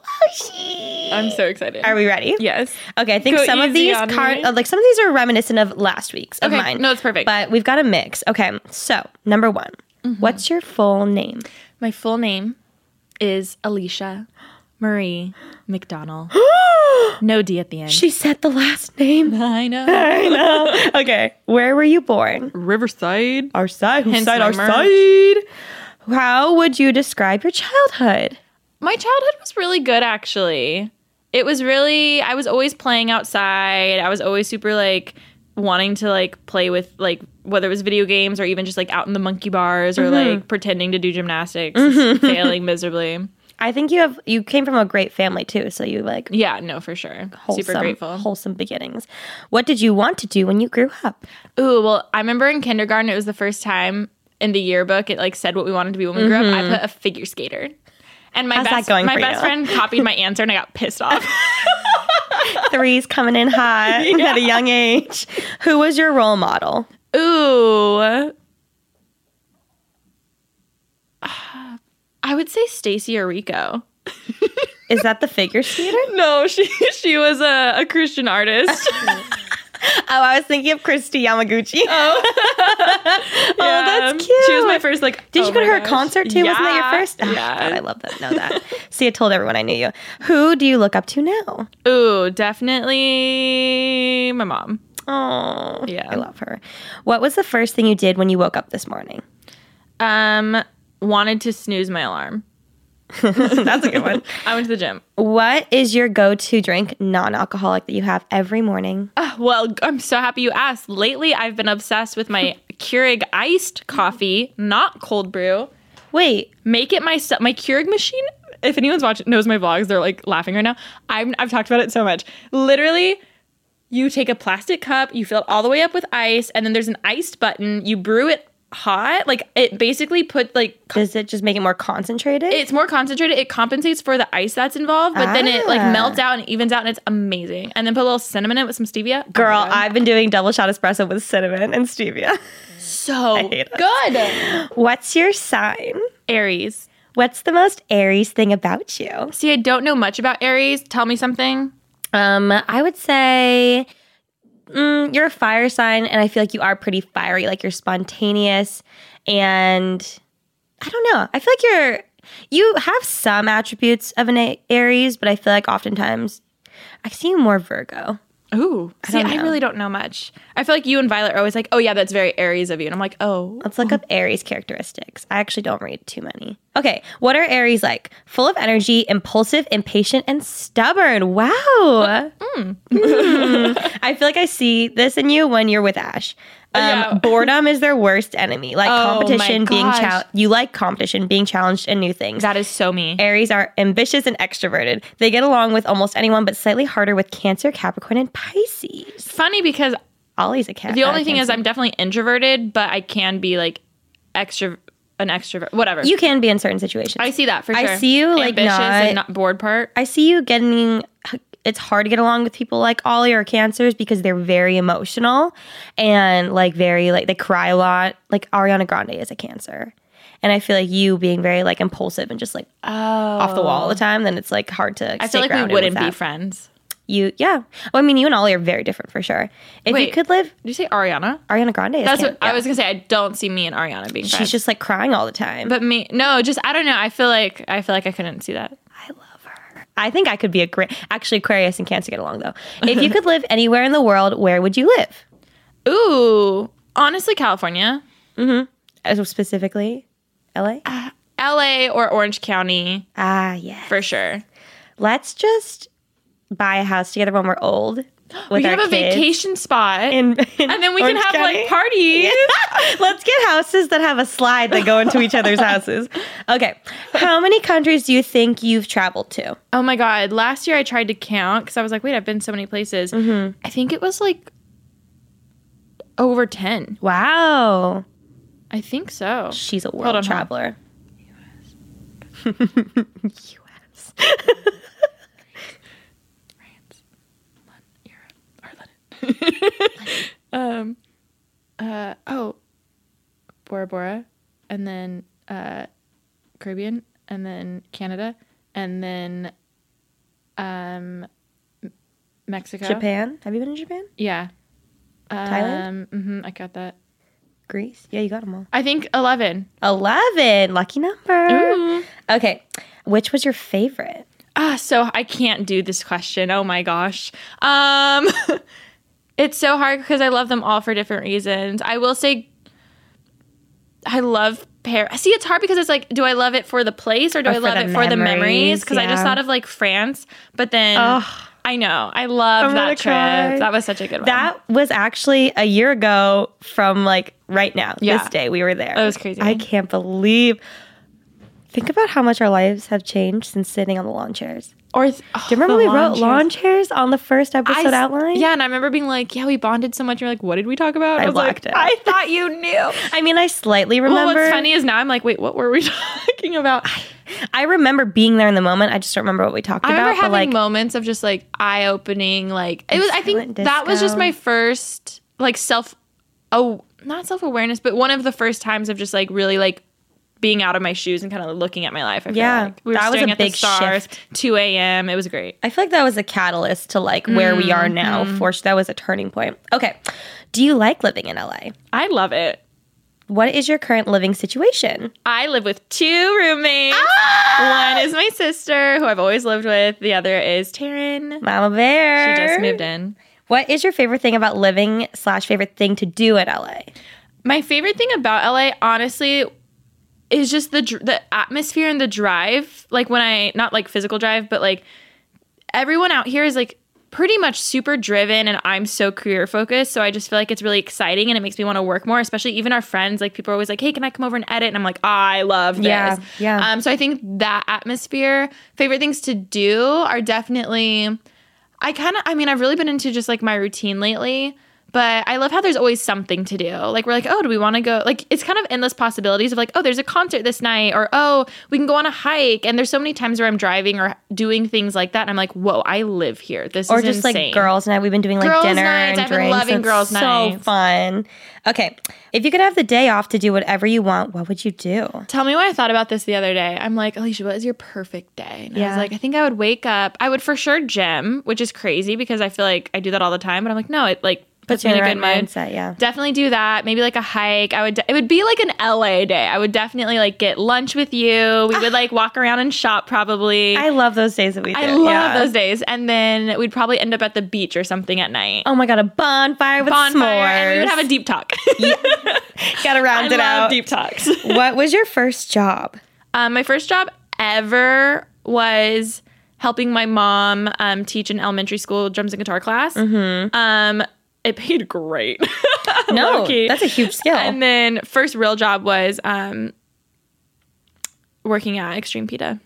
[SPEAKER 3] Loshi.
[SPEAKER 2] I'm so excited.
[SPEAKER 3] Are we ready?
[SPEAKER 2] Yes.
[SPEAKER 3] Okay, I think
[SPEAKER 2] Go
[SPEAKER 3] some of
[SPEAKER 2] easy
[SPEAKER 3] these
[SPEAKER 2] on
[SPEAKER 3] car-
[SPEAKER 2] me.
[SPEAKER 3] uh, like some of these are reminiscent of last week's of
[SPEAKER 2] Okay,
[SPEAKER 3] mine.
[SPEAKER 2] no, it's perfect. Mm-hmm.
[SPEAKER 3] But we've got a mix. Okay, so number one, what's your full name?
[SPEAKER 2] My full name is Alicia Marie (gasps) McDonald. no D at the end.
[SPEAKER 3] She said the last name.
[SPEAKER 2] I know.
[SPEAKER 3] I know. (laughs) okay, where were you born?
[SPEAKER 2] Riverside.
[SPEAKER 3] Our side. Whose
[SPEAKER 2] Hence my merch.
[SPEAKER 3] side? How would you describe your childhood?
[SPEAKER 2] My childhood was really good, actually. It was really, I was always playing outside. I was always super like wanting to like play with like whether it was video games or even just like out in the monkey bars or like pretending to do gymnastics, failing miserably.
[SPEAKER 3] I think you have you came from a great family too, so you like
[SPEAKER 2] Yeah, no, for sure.
[SPEAKER 3] wholesome,
[SPEAKER 2] Super grateful.
[SPEAKER 3] wholesome beginnings. What did you want to do when you grew
[SPEAKER 2] (laughs)
[SPEAKER 3] up?
[SPEAKER 2] Ooh, well, I remember in kindergarten, it was the first time in the yearbook it like said what we wanted to be when we grew up. I put a figure skater, and my
[SPEAKER 3] How's that
[SPEAKER 2] best
[SPEAKER 3] going
[SPEAKER 2] my
[SPEAKER 3] for
[SPEAKER 2] best
[SPEAKER 3] you?
[SPEAKER 2] friend copied my answer, and I got pissed (laughs) off.
[SPEAKER 3] Threes coming in
[SPEAKER 2] (laughs)
[SPEAKER 3] hot at a young age. Who was your role model?
[SPEAKER 2] Ooh, (sighs) I would say Stacy or Rico.
[SPEAKER 3] Is that the figure (laughs) skater?
[SPEAKER 2] No, she (laughs) she was a, a Christian (laughs) artist.
[SPEAKER 3] Oh, I was thinking of Christy Yamaguchi. (laughs)
[SPEAKER 2] (laughs)
[SPEAKER 3] Oh, that's
[SPEAKER 2] Oh. She was my
[SPEAKER 3] cute.
[SPEAKER 2] first like.
[SPEAKER 3] Did
[SPEAKER 2] oh
[SPEAKER 3] you go to
[SPEAKER 2] my
[SPEAKER 3] her
[SPEAKER 2] gosh.
[SPEAKER 3] concert too? Wasn't that your
[SPEAKER 2] Yeah,
[SPEAKER 3] first? Oh, God,
[SPEAKER 2] yeah.
[SPEAKER 3] I love that. Know
[SPEAKER 2] (laughs)
[SPEAKER 3] that. See, I told everyone I knew you. Who do you look up to now?
[SPEAKER 2] Ooh, definitely my mom.
[SPEAKER 3] Oh,
[SPEAKER 2] Yeah.
[SPEAKER 3] I love her. What was the first thing you did when you woke up this morning?
[SPEAKER 2] Um, wanted to snooze my alarm.
[SPEAKER 3] (laughs) That's a good one.
[SPEAKER 2] (laughs) I went to the gym.
[SPEAKER 3] What is your go-to drink, non-alcoholic, that you have every morning?
[SPEAKER 2] Ah, well, g- I'm so happy you asked. Lately, I've been obsessed with my Keurig iced coffee, not cold brew.
[SPEAKER 3] Wait,
[SPEAKER 2] Make it myself. My Keurig machine. If anyone's watching knows my vlogs, they're like laughing right now. I'm, I've talked about it so much. Literally, you take a plastic cup, you fill it all the way up with ice, and then there's an iced button. You brew it hot. Like it basically put like
[SPEAKER 3] does it just make it more concentrated?
[SPEAKER 2] it's more concentrated. It compensates for the ice that's involved, but then it like
[SPEAKER 3] Ah.
[SPEAKER 2] melts out and evens out, and it's amazing. And then put a little cinnamon in it with some stevia. Oh
[SPEAKER 3] Girl,
[SPEAKER 2] my God.
[SPEAKER 3] I've been doing double shot espresso with cinnamon and stevia. (laughs)
[SPEAKER 2] so
[SPEAKER 3] hate it.
[SPEAKER 2] good.
[SPEAKER 3] (gasps) What's your sign?
[SPEAKER 2] Aries.
[SPEAKER 3] What's the most Aries thing about you?
[SPEAKER 2] See, I don't know much about Aries. Tell me something.
[SPEAKER 3] Um, I would say mm, you're a fire sign, and I feel like you are pretty fiery. Like you're spontaneous, and I don't know. I feel like you're you have some attributes of an A- Aries, but I feel like oftentimes I see you more Virgo.
[SPEAKER 2] Ooh. See,
[SPEAKER 3] don't
[SPEAKER 2] I
[SPEAKER 3] know.
[SPEAKER 2] really don't know much. I feel like you and Violet are always like, oh, yeah, that's very Aries of you. And I'm like, oh.
[SPEAKER 3] Let's look up Aries characteristics. I actually don't read too many. Okay, what are Aries like? Full of energy, impulsive, impatient, and stubborn. Wow. Mm. I feel like I see this in you when you're with Ash. Um,
[SPEAKER 2] Oh, Yeah.
[SPEAKER 3] Boredom is their worst enemy. Like
[SPEAKER 2] Oh, my
[SPEAKER 3] competition, being
[SPEAKER 2] gosh.
[SPEAKER 3] challenged. You like competition, being challenged, and new things.
[SPEAKER 2] That is so me.
[SPEAKER 3] Aries are ambitious and extroverted. They get along with almost anyone, but slightly harder with Cancer, Capricorn, and Pisces.
[SPEAKER 2] Funny because
[SPEAKER 3] Ollie's a cat.
[SPEAKER 2] the
[SPEAKER 3] uh,
[SPEAKER 2] only thing
[SPEAKER 3] Cancer.
[SPEAKER 2] is I'm definitely introverted, but I can be like extra, an extrovert, whatever.
[SPEAKER 3] you can be in certain situations.
[SPEAKER 2] I see that for
[SPEAKER 3] I
[SPEAKER 2] sure.
[SPEAKER 3] see you, like,
[SPEAKER 2] Ambitious and
[SPEAKER 3] not-
[SPEAKER 2] not bored part.
[SPEAKER 3] I see you getting it's hard to get along with people like Ollie or Cancers because they're very emotional and like very like they cry a lot. Like Ariana Grande is a cancer. And I feel like you being very like impulsive and just like off the wall all the time, then it's like hard to.
[SPEAKER 2] Oh. I feel like we wouldn't be friends.
[SPEAKER 3] You, yeah. Well, I mean, you and Ollie are very different for sure. If you
[SPEAKER 2] Wait.
[SPEAKER 3] could live,
[SPEAKER 2] Did you say Ariana?
[SPEAKER 3] Ariana Grande. Is
[SPEAKER 2] That's
[SPEAKER 3] can-
[SPEAKER 2] what
[SPEAKER 3] yeah.
[SPEAKER 2] I was gonna say. I don't see me and Ariana being friends.
[SPEAKER 3] She's just like crying all the time.
[SPEAKER 2] but me, no, just I don't know. I feel like I feel like I couldn't see that.
[SPEAKER 3] I think I could be a great. Actually, Aquarius and Cancer get along
[SPEAKER 2] (laughs)
[SPEAKER 3] though. If you could live anywhere in the world, where would you live?
[SPEAKER 2] Ooh, honestly, California,
[SPEAKER 3] Uh, Specifically, LA.
[SPEAKER 2] L.A. or Orange County
[SPEAKER 3] Ah, yeah.
[SPEAKER 2] for sure.
[SPEAKER 3] Let's just buy a house together when we're old. With
[SPEAKER 2] we can
[SPEAKER 3] our
[SPEAKER 2] have a
[SPEAKER 3] kids
[SPEAKER 2] vacation spot, (laughs)
[SPEAKER 3] in- in
[SPEAKER 2] and then we
[SPEAKER 3] Orange
[SPEAKER 2] can have
[SPEAKER 3] County. (laughs)
[SPEAKER 2] like parties.
[SPEAKER 3] Let's get houses that have a slide that go into each other's houses. Okay. How many countries do you think you've traveled to?
[SPEAKER 2] Oh my god! Last year I tried to count because I was like, wait, I've been so many places.
[SPEAKER 3] Mm-hmm.
[SPEAKER 2] I think it was like over ten.
[SPEAKER 3] Wow.
[SPEAKER 2] I think so.
[SPEAKER 3] She's a
[SPEAKER 2] on,
[SPEAKER 3] world
[SPEAKER 2] hold.
[SPEAKER 3] traveler.
[SPEAKER 2] oh, Bora Bora, and then uh, Caribbean, and then Canada, and then um, M- Mexico.
[SPEAKER 3] Japan. Have you been in Japan?
[SPEAKER 2] Yeah.
[SPEAKER 3] Thailand?
[SPEAKER 2] Um, hmm I got that.
[SPEAKER 3] Greece? Yeah, you got them all.
[SPEAKER 2] I think 11.
[SPEAKER 3] 11. Lucky number.
[SPEAKER 2] Mm-hmm.
[SPEAKER 3] Okay. Which was your favorite?
[SPEAKER 2] Ah, so I can't do this question. Oh my gosh. Um, (laughs) it's so hard because I love them all for different reasons. I will say, I love Paris. See, it's hard because it's like, do I love it for the place or do
[SPEAKER 3] Or
[SPEAKER 2] I
[SPEAKER 3] for
[SPEAKER 2] love
[SPEAKER 3] the
[SPEAKER 2] it for the memories?
[SPEAKER 3] memories,
[SPEAKER 2] Because I just
[SPEAKER 3] yeah.
[SPEAKER 2] thought of like France, but then I know I love
[SPEAKER 3] I'm gonna
[SPEAKER 2] that trip.
[SPEAKER 3] cry.
[SPEAKER 2] That was such a good one.
[SPEAKER 3] That was actually a year ago from like right now,
[SPEAKER 2] Yeah.
[SPEAKER 3] this day we were there.
[SPEAKER 2] That was crazy.
[SPEAKER 3] I can't believe. Think about how much our lives have changed since sitting on the lawn chairs.
[SPEAKER 2] or th- oh,
[SPEAKER 3] Do you remember
[SPEAKER 2] the
[SPEAKER 3] we wrote
[SPEAKER 2] chairs.
[SPEAKER 3] lawn chairs on the first
[SPEAKER 2] I
[SPEAKER 3] episode
[SPEAKER 2] s-
[SPEAKER 3] outline?
[SPEAKER 2] Yeah, and I remember being like, yeah, we bonded so much. You're like, what did we talk about?
[SPEAKER 3] I
[SPEAKER 2] was like,
[SPEAKER 3] blacked out.
[SPEAKER 2] I thought you knew.
[SPEAKER 3] (laughs) I mean, I slightly
[SPEAKER 2] Well,
[SPEAKER 3] remember.
[SPEAKER 2] what's Oh, funny is now I'm like, wait, what were we (laughs) talking about?
[SPEAKER 3] I remember being there in the moment. I just don't remember what we talked
[SPEAKER 2] I
[SPEAKER 3] about.
[SPEAKER 2] remember having
[SPEAKER 3] but like,
[SPEAKER 2] moments of just like eye opening. Like it was. I think
[SPEAKER 3] Silent
[SPEAKER 2] that was just
[SPEAKER 3] disco.
[SPEAKER 2] my first like self, oh, not self awareness, but one of the first times of just like really like being out of my shoes and kind of looking at my life. I feel
[SPEAKER 3] Yeah,
[SPEAKER 2] like. we were
[SPEAKER 3] that was
[SPEAKER 2] staring
[SPEAKER 3] a
[SPEAKER 2] at the
[SPEAKER 3] big
[SPEAKER 2] stars. Two a.m. It was great.
[SPEAKER 3] I feel like that was a catalyst to like where we
[SPEAKER 2] Mm,
[SPEAKER 3] are now. For that was a turning point. Okay. Do you like living in LA?
[SPEAKER 2] I love it.
[SPEAKER 3] What is your current living situation?
[SPEAKER 2] I live with two roommates. One is my sister, who I've always lived with. The other is Taryn.
[SPEAKER 3] Mama Bear.
[SPEAKER 2] She just moved in.
[SPEAKER 3] What is your favorite thing about living slash favorite thing to do at LA?
[SPEAKER 2] My favorite thing about LA, honestly, is just the dr- the atmosphere and the drive. Like when I not like physical drive, but like everyone out here is like pretty much super driven and I'm so career focused, so I just feel like it's really exciting and it makes me want to work more, especially even our friends, like people are always like, "Hey, can I come over and edit?" and I'm like, "I love this."
[SPEAKER 3] Yeah, yeah.
[SPEAKER 2] Um so I think that atmosphere, favorite things to do are definitely I kind of, I mean, I've really been into just like my routine lately, but I love how there's always something to do. Like, we're like, oh, do we want to go? Like, it's kind of endless possibilities of like, oh, there's a concert this night, or oh, we can go on a hike. And there's so many times where I'm driving or doing things like that. And I'm like, whoa, I live here. This
[SPEAKER 3] Or
[SPEAKER 2] is
[SPEAKER 3] just
[SPEAKER 2] insane.
[SPEAKER 3] like girls night. We've been doing like
[SPEAKER 2] Girls'
[SPEAKER 3] dinner
[SPEAKER 2] nights,
[SPEAKER 3] and
[SPEAKER 2] I've been
[SPEAKER 3] drinks.
[SPEAKER 2] loving
[SPEAKER 3] It's
[SPEAKER 2] girls'
[SPEAKER 3] so
[SPEAKER 2] nights.
[SPEAKER 3] fun. Okay, if you could have the day off to do whatever you want, what would you do?
[SPEAKER 2] Tell me what I thought about this the other day. I'm like, Alicia, what is your perfect day? And I
[SPEAKER 3] Yeah.
[SPEAKER 2] was like, I think I would wake up. I would for sure gym, which is crazy because I feel like I do that all the time. But I'm like, no, it like puts,
[SPEAKER 3] you
[SPEAKER 2] me in
[SPEAKER 3] in
[SPEAKER 2] a
[SPEAKER 3] the
[SPEAKER 2] good
[SPEAKER 3] right
[SPEAKER 2] mood.
[SPEAKER 3] mindset, yeah.
[SPEAKER 2] definitely do that. Maybe like a hike. I would. De- it would be like an LA day. I would definitely like get lunch with you. We would like walk around and shop probably.
[SPEAKER 3] I love those days that we. Do.
[SPEAKER 2] I love
[SPEAKER 3] yeah.
[SPEAKER 2] those days. And then we'd probably end up at the beach or something at night.
[SPEAKER 3] Oh my god, a bonfire with
[SPEAKER 2] Bonfire,
[SPEAKER 3] s'mores.
[SPEAKER 2] and we would have a
[SPEAKER 3] (laughs)
[SPEAKER 2] deep talk.
[SPEAKER 3] Gotta
[SPEAKER 2] (laughs) I
[SPEAKER 3] round
[SPEAKER 2] love
[SPEAKER 3] it out.
[SPEAKER 2] deep talks.
[SPEAKER 3] what was your first job?
[SPEAKER 2] Um, my first job ever was helping my mom um, teach an elementary school drums and guitar class. Um, it paid great.
[SPEAKER 3] Mm-hmm.
[SPEAKER 2] (laughs)
[SPEAKER 3] No,
[SPEAKER 2] Low-key.
[SPEAKER 3] that's a
[SPEAKER 2] (laughs)
[SPEAKER 3] huge skill.
[SPEAKER 2] And then first real job was um, working at Extreme PETA.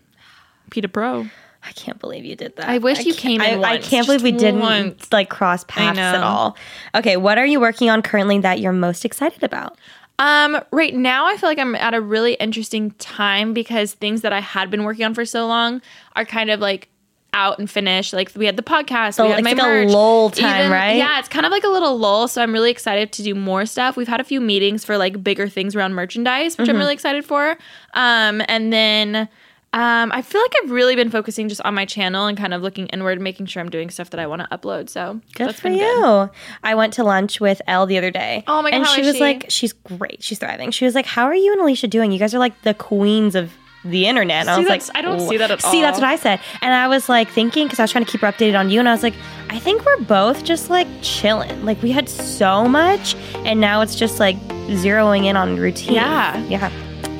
[SPEAKER 2] PETA Pro.
[SPEAKER 3] I can't believe you did that.
[SPEAKER 2] I wish you
[SPEAKER 3] can't-
[SPEAKER 2] came
[SPEAKER 3] I,
[SPEAKER 2] in
[SPEAKER 3] I
[SPEAKER 2] once,
[SPEAKER 3] can't believe we
[SPEAKER 2] just
[SPEAKER 3] didn't
[SPEAKER 2] once.
[SPEAKER 3] like cross paths at
[SPEAKER 2] know.
[SPEAKER 3] all. Okay, what are you working on currently that you're most excited about?
[SPEAKER 2] Um, right now I feel like I'm at a really interesting time because things that I had been working on for so long are kind of like out and finished. Like we had the podcast,
[SPEAKER 3] So
[SPEAKER 2] we had
[SPEAKER 3] it's
[SPEAKER 2] my
[SPEAKER 3] like a
[SPEAKER 2] merch.
[SPEAKER 3] lull time, right?
[SPEAKER 2] Yeah, it's kind of like a little lull. So I'm really excited to do more stuff. We've had a few meetings for like bigger things around merchandise,
[SPEAKER 3] Mm-hmm.
[SPEAKER 2] which I'm really excited for. Um, and then. Um, I feel like I've really been focusing just on my channel and kind of looking inward, making sure I'm doing stuff that I want to upload. So
[SPEAKER 3] Good
[SPEAKER 2] that's
[SPEAKER 3] for
[SPEAKER 2] been
[SPEAKER 3] you.
[SPEAKER 2] good.
[SPEAKER 3] I went to lunch with Elle the other day.
[SPEAKER 2] Oh my God,
[SPEAKER 3] And
[SPEAKER 2] how
[SPEAKER 3] she
[SPEAKER 2] is
[SPEAKER 3] was
[SPEAKER 2] she?
[SPEAKER 3] like, she's great. She's thriving. She was like, How are you and Alicia doing? You guys are like the queens of the internet. And I
[SPEAKER 2] See,
[SPEAKER 3] was like,
[SPEAKER 2] that's- I don't
[SPEAKER 3] "Oh."
[SPEAKER 2] see that at
[SPEAKER 3] See, that's
[SPEAKER 2] all.
[SPEAKER 3] what I said. And I was like thinking, because I was trying to keep her updated on you, and I was like, I think we're both just like chilling. Like we had so much, and now it's just like zeroing in on routine.
[SPEAKER 2] Yeah.
[SPEAKER 3] Yeah.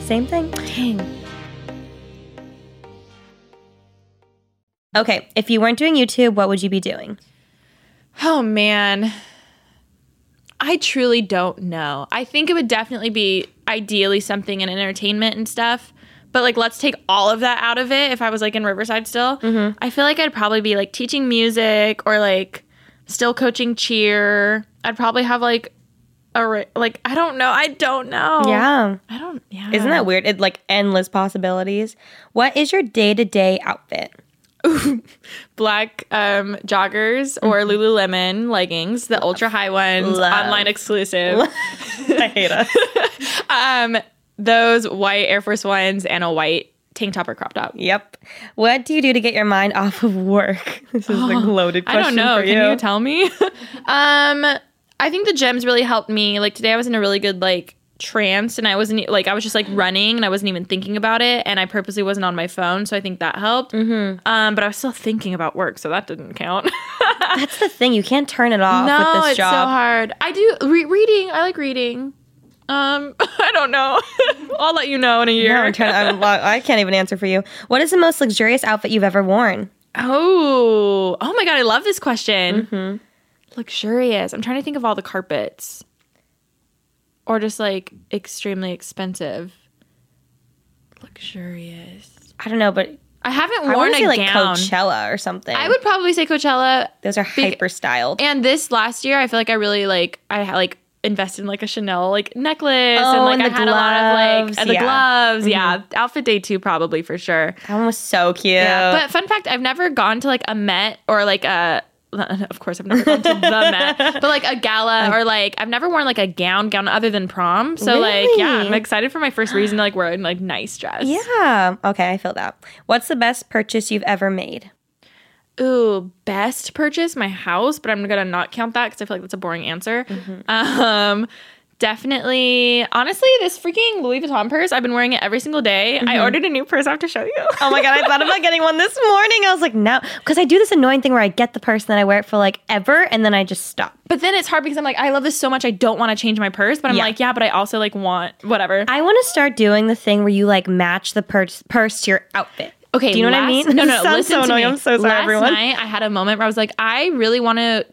[SPEAKER 3] Same thing. Okay, if you weren't doing YouTube, what would you be doing?
[SPEAKER 2] Oh man. I truly don't know. I think it would definitely be ideally something in entertainment and stuff. But like let's take all of that out of it if I was like in Riverside still.
[SPEAKER 3] Mm-hmm.
[SPEAKER 2] I feel like I'd probably be like teaching music or like still coaching cheer. I'd probably have like a ri- like I don't know. I don't know.
[SPEAKER 3] Yeah.
[SPEAKER 2] I don't yeah.
[SPEAKER 3] Isn't that weird? It like endless possibilities. What is your day to day
[SPEAKER 2] (laughs)
[SPEAKER 3] outfit?
[SPEAKER 2] black um, joggers or Lululemon leggings, the ultra high ones,
[SPEAKER 3] Mm-hmm. Love. (laughs)
[SPEAKER 2] online exclusive.
[SPEAKER 3] I hate us.
[SPEAKER 2] um those white Air Force Ones and a white tank top or crop top.
[SPEAKER 3] (laughs) yep. What do you do to get your mind off of work? (laughs) This is like loaded
[SPEAKER 2] Oh, I
[SPEAKER 3] question
[SPEAKER 2] don't know.
[SPEAKER 3] for you.
[SPEAKER 2] Can you tell me? (laughs) um I think the gyms really helped me. Like today I was in a really good like trance and I wasn't e- like I was just like running and I wasn't even thinking about it and I purposely wasn't on my phone, so I think that helped. Mm-hmm. Um but I was still thinking about work, so that didn't count. (laughs)
[SPEAKER 3] That's the thing. You can't turn it off
[SPEAKER 2] no,
[SPEAKER 3] with this
[SPEAKER 2] it's so
[SPEAKER 3] job.
[SPEAKER 2] hard. I do re- reading. I like reading. Um (laughs) I don't know. I'll let you know in a year.
[SPEAKER 3] No, turn- I'm lo- I can't even answer for you. What is the most luxurious outfit you've ever worn?
[SPEAKER 2] Oh, oh my God, I love this question.
[SPEAKER 3] Mm-hmm.
[SPEAKER 2] Luxurious. I'm trying to think of all the carpets or just like extremely expensive. Luxurious.
[SPEAKER 3] I don't know, but
[SPEAKER 2] I haven't
[SPEAKER 3] I
[SPEAKER 2] worn
[SPEAKER 3] want
[SPEAKER 2] a
[SPEAKER 3] to say like
[SPEAKER 2] gown.
[SPEAKER 3] Coachella or something.
[SPEAKER 2] I would probably say Coachella.
[SPEAKER 3] Those are hyper styled.
[SPEAKER 2] And this last year, I feel like I really like, I had like, invested in like a Chanel like necklace
[SPEAKER 3] Oh,
[SPEAKER 2] and like
[SPEAKER 3] and
[SPEAKER 2] I
[SPEAKER 3] the
[SPEAKER 2] had a lot of
[SPEAKER 3] gloves,
[SPEAKER 2] like and the
[SPEAKER 3] yeah. Mm-hmm.
[SPEAKER 2] gloves yeah outfit day two probably for sure
[SPEAKER 3] That one was so cute.
[SPEAKER 2] Yeah. But fun fact, I've never gone to like a (laughs) Met or like a of course I've never
[SPEAKER 3] (laughs)
[SPEAKER 2] gone to the Met, but like a gala or like I've never worn like a gown gown other than prom. So like yeah,
[SPEAKER 3] Really?
[SPEAKER 2] I'm excited for my first reason to like wear a like nice dress.
[SPEAKER 3] Yeah. Okay, I feel that. What's the best purchase you've ever made?
[SPEAKER 2] Ooh, best purchase my house, but I'm gonna not count that because I feel like that's a boring answer.
[SPEAKER 3] Mm-hmm.
[SPEAKER 2] Um, definitely, honestly, this freaking Louis Vuitton purse I've been wearing it every single day. I ordered a new purse. I have to show you.
[SPEAKER 3] Mm-hmm. Oh my god, I thought about getting one this morning. I was like, no, because I do this annoying thing where I get the purse and then I wear it for like ever, and then I just stop.
[SPEAKER 2] (laughs) But then it's hard because I'm like, I love this so much. I don't want to change my purse, but I'm
[SPEAKER 3] Yeah.
[SPEAKER 2] like, yeah, but I also like want whatever.
[SPEAKER 3] I want to start doing the thing where you like match the purse purse to your outfit.
[SPEAKER 2] Okay,
[SPEAKER 3] do you know what I
[SPEAKER 2] last-
[SPEAKER 3] mean? (laughs)
[SPEAKER 2] No,
[SPEAKER 3] This
[SPEAKER 2] no,
[SPEAKER 3] sounds
[SPEAKER 2] listen
[SPEAKER 3] so
[SPEAKER 2] to
[SPEAKER 3] annoying.
[SPEAKER 2] me.
[SPEAKER 3] I'm so sorry,
[SPEAKER 2] Last
[SPEAKER 3] everyone.
[SPEAKER 2] night, I had a moment where I was like, I really want to.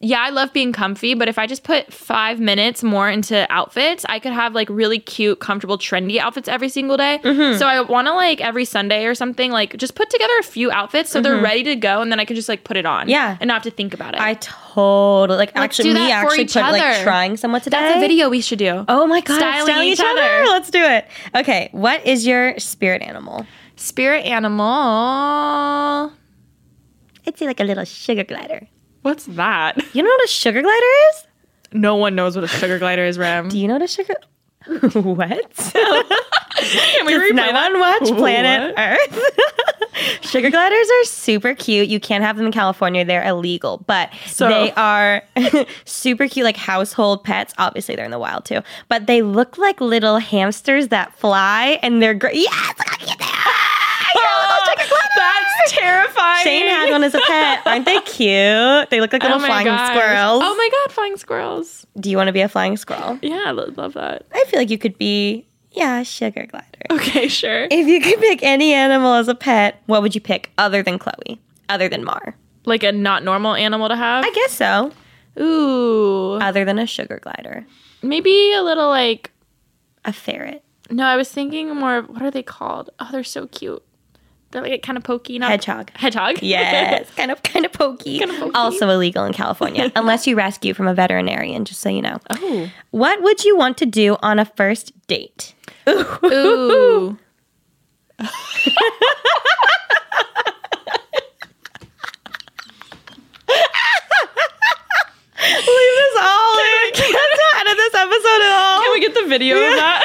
[SPEAKER 2] Yeah, I love being comfy, but if I just put five minutes more into outfits, I could have like really cute, comfortable, trendy outfits every single day.
[SPEAKER 3] Mm-hmm.
[SPEAKER 2] So I want to like every Sunday or something, like just put together a few outfits so they're ready to go, and then I can just like put it on.
[SPEAKER 3] Mm-hmm. Yeah.
[SPEAKER 2] and not have to think about it.
[SPEAKER 3] I totally like actually
[SPEAKER 2] do
[SPEAKER 3] me
[SPEAKER 2] that for
[SPEAKER 3] actually
[SPEAKER 2] each
[SPEAKER 3] put like
[SPEAKER 2] other.
[SPEAKER 3] trying someone today.
[SPEAKER 2] That's a video we should do.
[SPEAKER 3] Oh my god, styling,
[SPEAKER 2] Styling
[SPEAKER 3] each,
[SPEAKER 2] each
[SPEAKER 3] other.
[SPEAKER 2] other.
[SPEAKER 3] Let's do it. Okay, what is your spirit animal?
[SPEAKER 2] Spirit animal.
[SPEAKER 3] I'd say like a little sugar glider.
[SPEAKER 2] What's that?
[SPEAKER 3] You know what a sugar glider is?
[SPEAKER 2] (laughs) No one knows what a sugar glider
[SPEAKER 3] (laughs)
[SPEAKER 2] is, Ram.
[SPEAKER 3] Do you know what a sugar what? (laughs)
[SPEAKER 2] Can we
[SPEAKER 3] Does
[SPEAKER 2] replay
[SPEAKER 3] no
[SPEAKER 2] that?
[SPEAKER 3] one watch Planet Earth? (laughs) Sugar gliders are super cute. You can't have them in California; they're illegal. But they are (laughs) super cute, like household pets. Obviously, they're in the wild too. But they look like little hamsters that fly, and they're great. Yes, look how cute
[SPEAKER 2] (laughs)
[SPEAKER 3] they are. You're a little sugar glider.
[SPEAKER 2] That's terrifying.
[SPEAKER 3] (laughs)
[SPEAKER 2] Oh
[SPEAKER 3] Shane had one as a pet.
[SPEAKER 2] (laughs)
[SPEAKER 3] Aren't they cute? They look like little
[SPEAKER 2] my
[SPEAKER 3] flying
[SPEAKER 2] gosh.
[SPEAKER 3] squirrels.
[SPEAKER 2] Oh my god, flying squirrels.
[SPEAKER 3] Do you want to be a flying squirrel?
[SPEAKER 2] Yeah, I lo- love
[SPEAKER 3] (laughs)
[SPEAKER 2] that.
[SPEAKER 3] I feel like you could be, yeah, a sugar glider.
[SPEAKER 2] Okay, sure.
[SPEAKER 3] If you could pick any animal as a pet, what would you pick other than Chloe? Other than Mar?
[SPEAKER 2] Like a not normal animal to have.
[SPEAKER 3] I guess so.
[SPEAKER 2] Ooh,
[SPEAKER 3] Other than a sugar glider,
[SPEAKER 2] maybe a little like.
[SPEAKER 3] a ferret,
[SPEAKER 2] No, I was thinking more. of, What are they called? Oh, they're so cute. They're like kind of pokey. Not
[SPEAKER 3] hedgehog.
[SPEAKER 2] Hedgehog. (laughs)
[SPEAKER 3] Yes, kind of, kind of pokey.
[SPEAKER 2] Kind of pokey.
[SPEAKER 3] Also illegal in
[SPEAKER 2] (laughs)
[SPEAKER 3] California, unless you rescue from a veterinarian. Just so you know. Oh. What would you want to do on a first date? (laughs)
[SPEAKER 2] Ooh.
[SPEAKER 3] Leave this all in. That's not edit this episode at all.
[SPEAKER 2] Can we get the video of
[SPEAKER 3] (laughs)
[SPEAKER 2] that?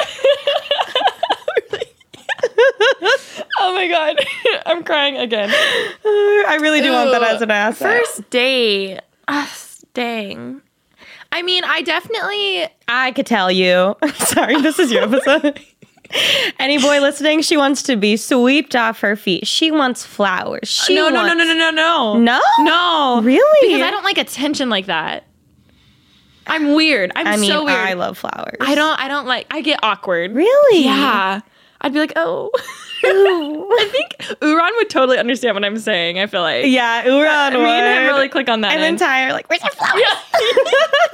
[SPEAKER 2] (laughs) oh my god, (laughs) I'm crying again.
[SPEAKER 3] I really do want that as an asset.
[SPEAKER 2] First date. Ah, dang. I mean, I definitely.
[SPEAKER 3] I could tell you. (laughs) Sorry, this is your episode. Any boy listening, she wants to be swept off her feet. She wants flowers. She
[SPEAKER 2] Uh, no, no, no, no,
[SPEAKER 3] wants-
[SPEAKER 2] no, no, no.
[SPEAKER 3] No?
[SPEAKER 2] No.
[SPEAKER 3] Really?
[SPEAKER 2] Because I don't like attention like that. I'm weird. I'm
[SPEAKER 3] I mean,
[SPEAKER 2] so weird.
[SPEAKER 3] I love flowers.
[SPEAKER 2] I don't. I don't like. I get awkward.
[SPEAKER 3] really.
[SPEAKER 2] Yeah. I'd be like, oh. (laughs) I think Uran would totally understand what I'm saying. I feel like.
[SPEAKER 3] Yeah, Uran.
[SPEAKER 2] Me and him
[SPEAKER 3] would.
[SPEAKER 2] really click on that.
[SPEAKER 3] And then
[SPEAKER 2] (laughs) end.
[SPEAKER 3] Tyler, like, where's your flowers? (laughs)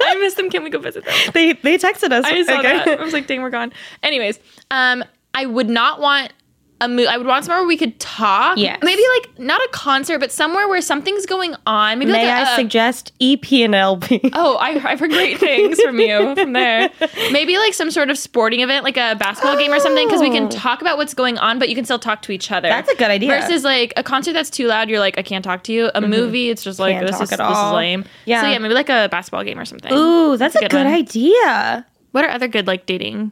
[SPEAKER 2] I miss them. Can we go visit them?
[SPEAKER 3] They they texted us.
[SPEAKER 2] I saw
[SPEAKER 3] Okay.
[SPEAKER 2] that. I was like, dang, we're gone. Anyways, um, I would not want a movie. I would want somewhere where we could talk.
[SPEAKER 3] Yes.
[SPEAKER 2] Maybe like not a concert, but somewhere where something's going on.
[SPEAKER 3] (laughs)
[SPEAKER 2] Maybe
[SPEAKER 3] May
[SPEAKER 2] like uh,
[SPEAKER 3] I
[SPEAKER 2] a-
[SPEAKER 3] suggest EP and
[SPEAKER 2] (laughs)
[SPEAKER 3] LP?
[SPEAKER 2] Oh, I, I've
[SPEAKER 3] (laughs)
[SPEAKER 2] heard great things from you from there. Maybe like some sort of sporting event, like a basketball game or something, because we can talk about what's going on, but you can still talk to each other.
[SPEAKER 3] Oh. That's a good idea. Mm-hmm.
[SPEAKER 2] Versus like a concert that's too loud, you're like, I can't talk to you. A movie, it's just like
[SPEAKER 3] Can't
[SPEAKER 2] this
[SPEAKER 3] talk
[SPEAKER 2] is
[SPEAKER 3] at
[SPEAKER 2] this is
[SPEAKER 3] all.
[SPEAKER 2] lame.
[SPEAKER 3] Yeah.
[SPEAKER 2] So yeah, maybe like a basketball game or something.
[SPEAKER 3] Ooh, that's, a good,
[SPEAKER 2] one.
[SPEAKER 3] idea.
[SPEAKER 2] What are other good like dating?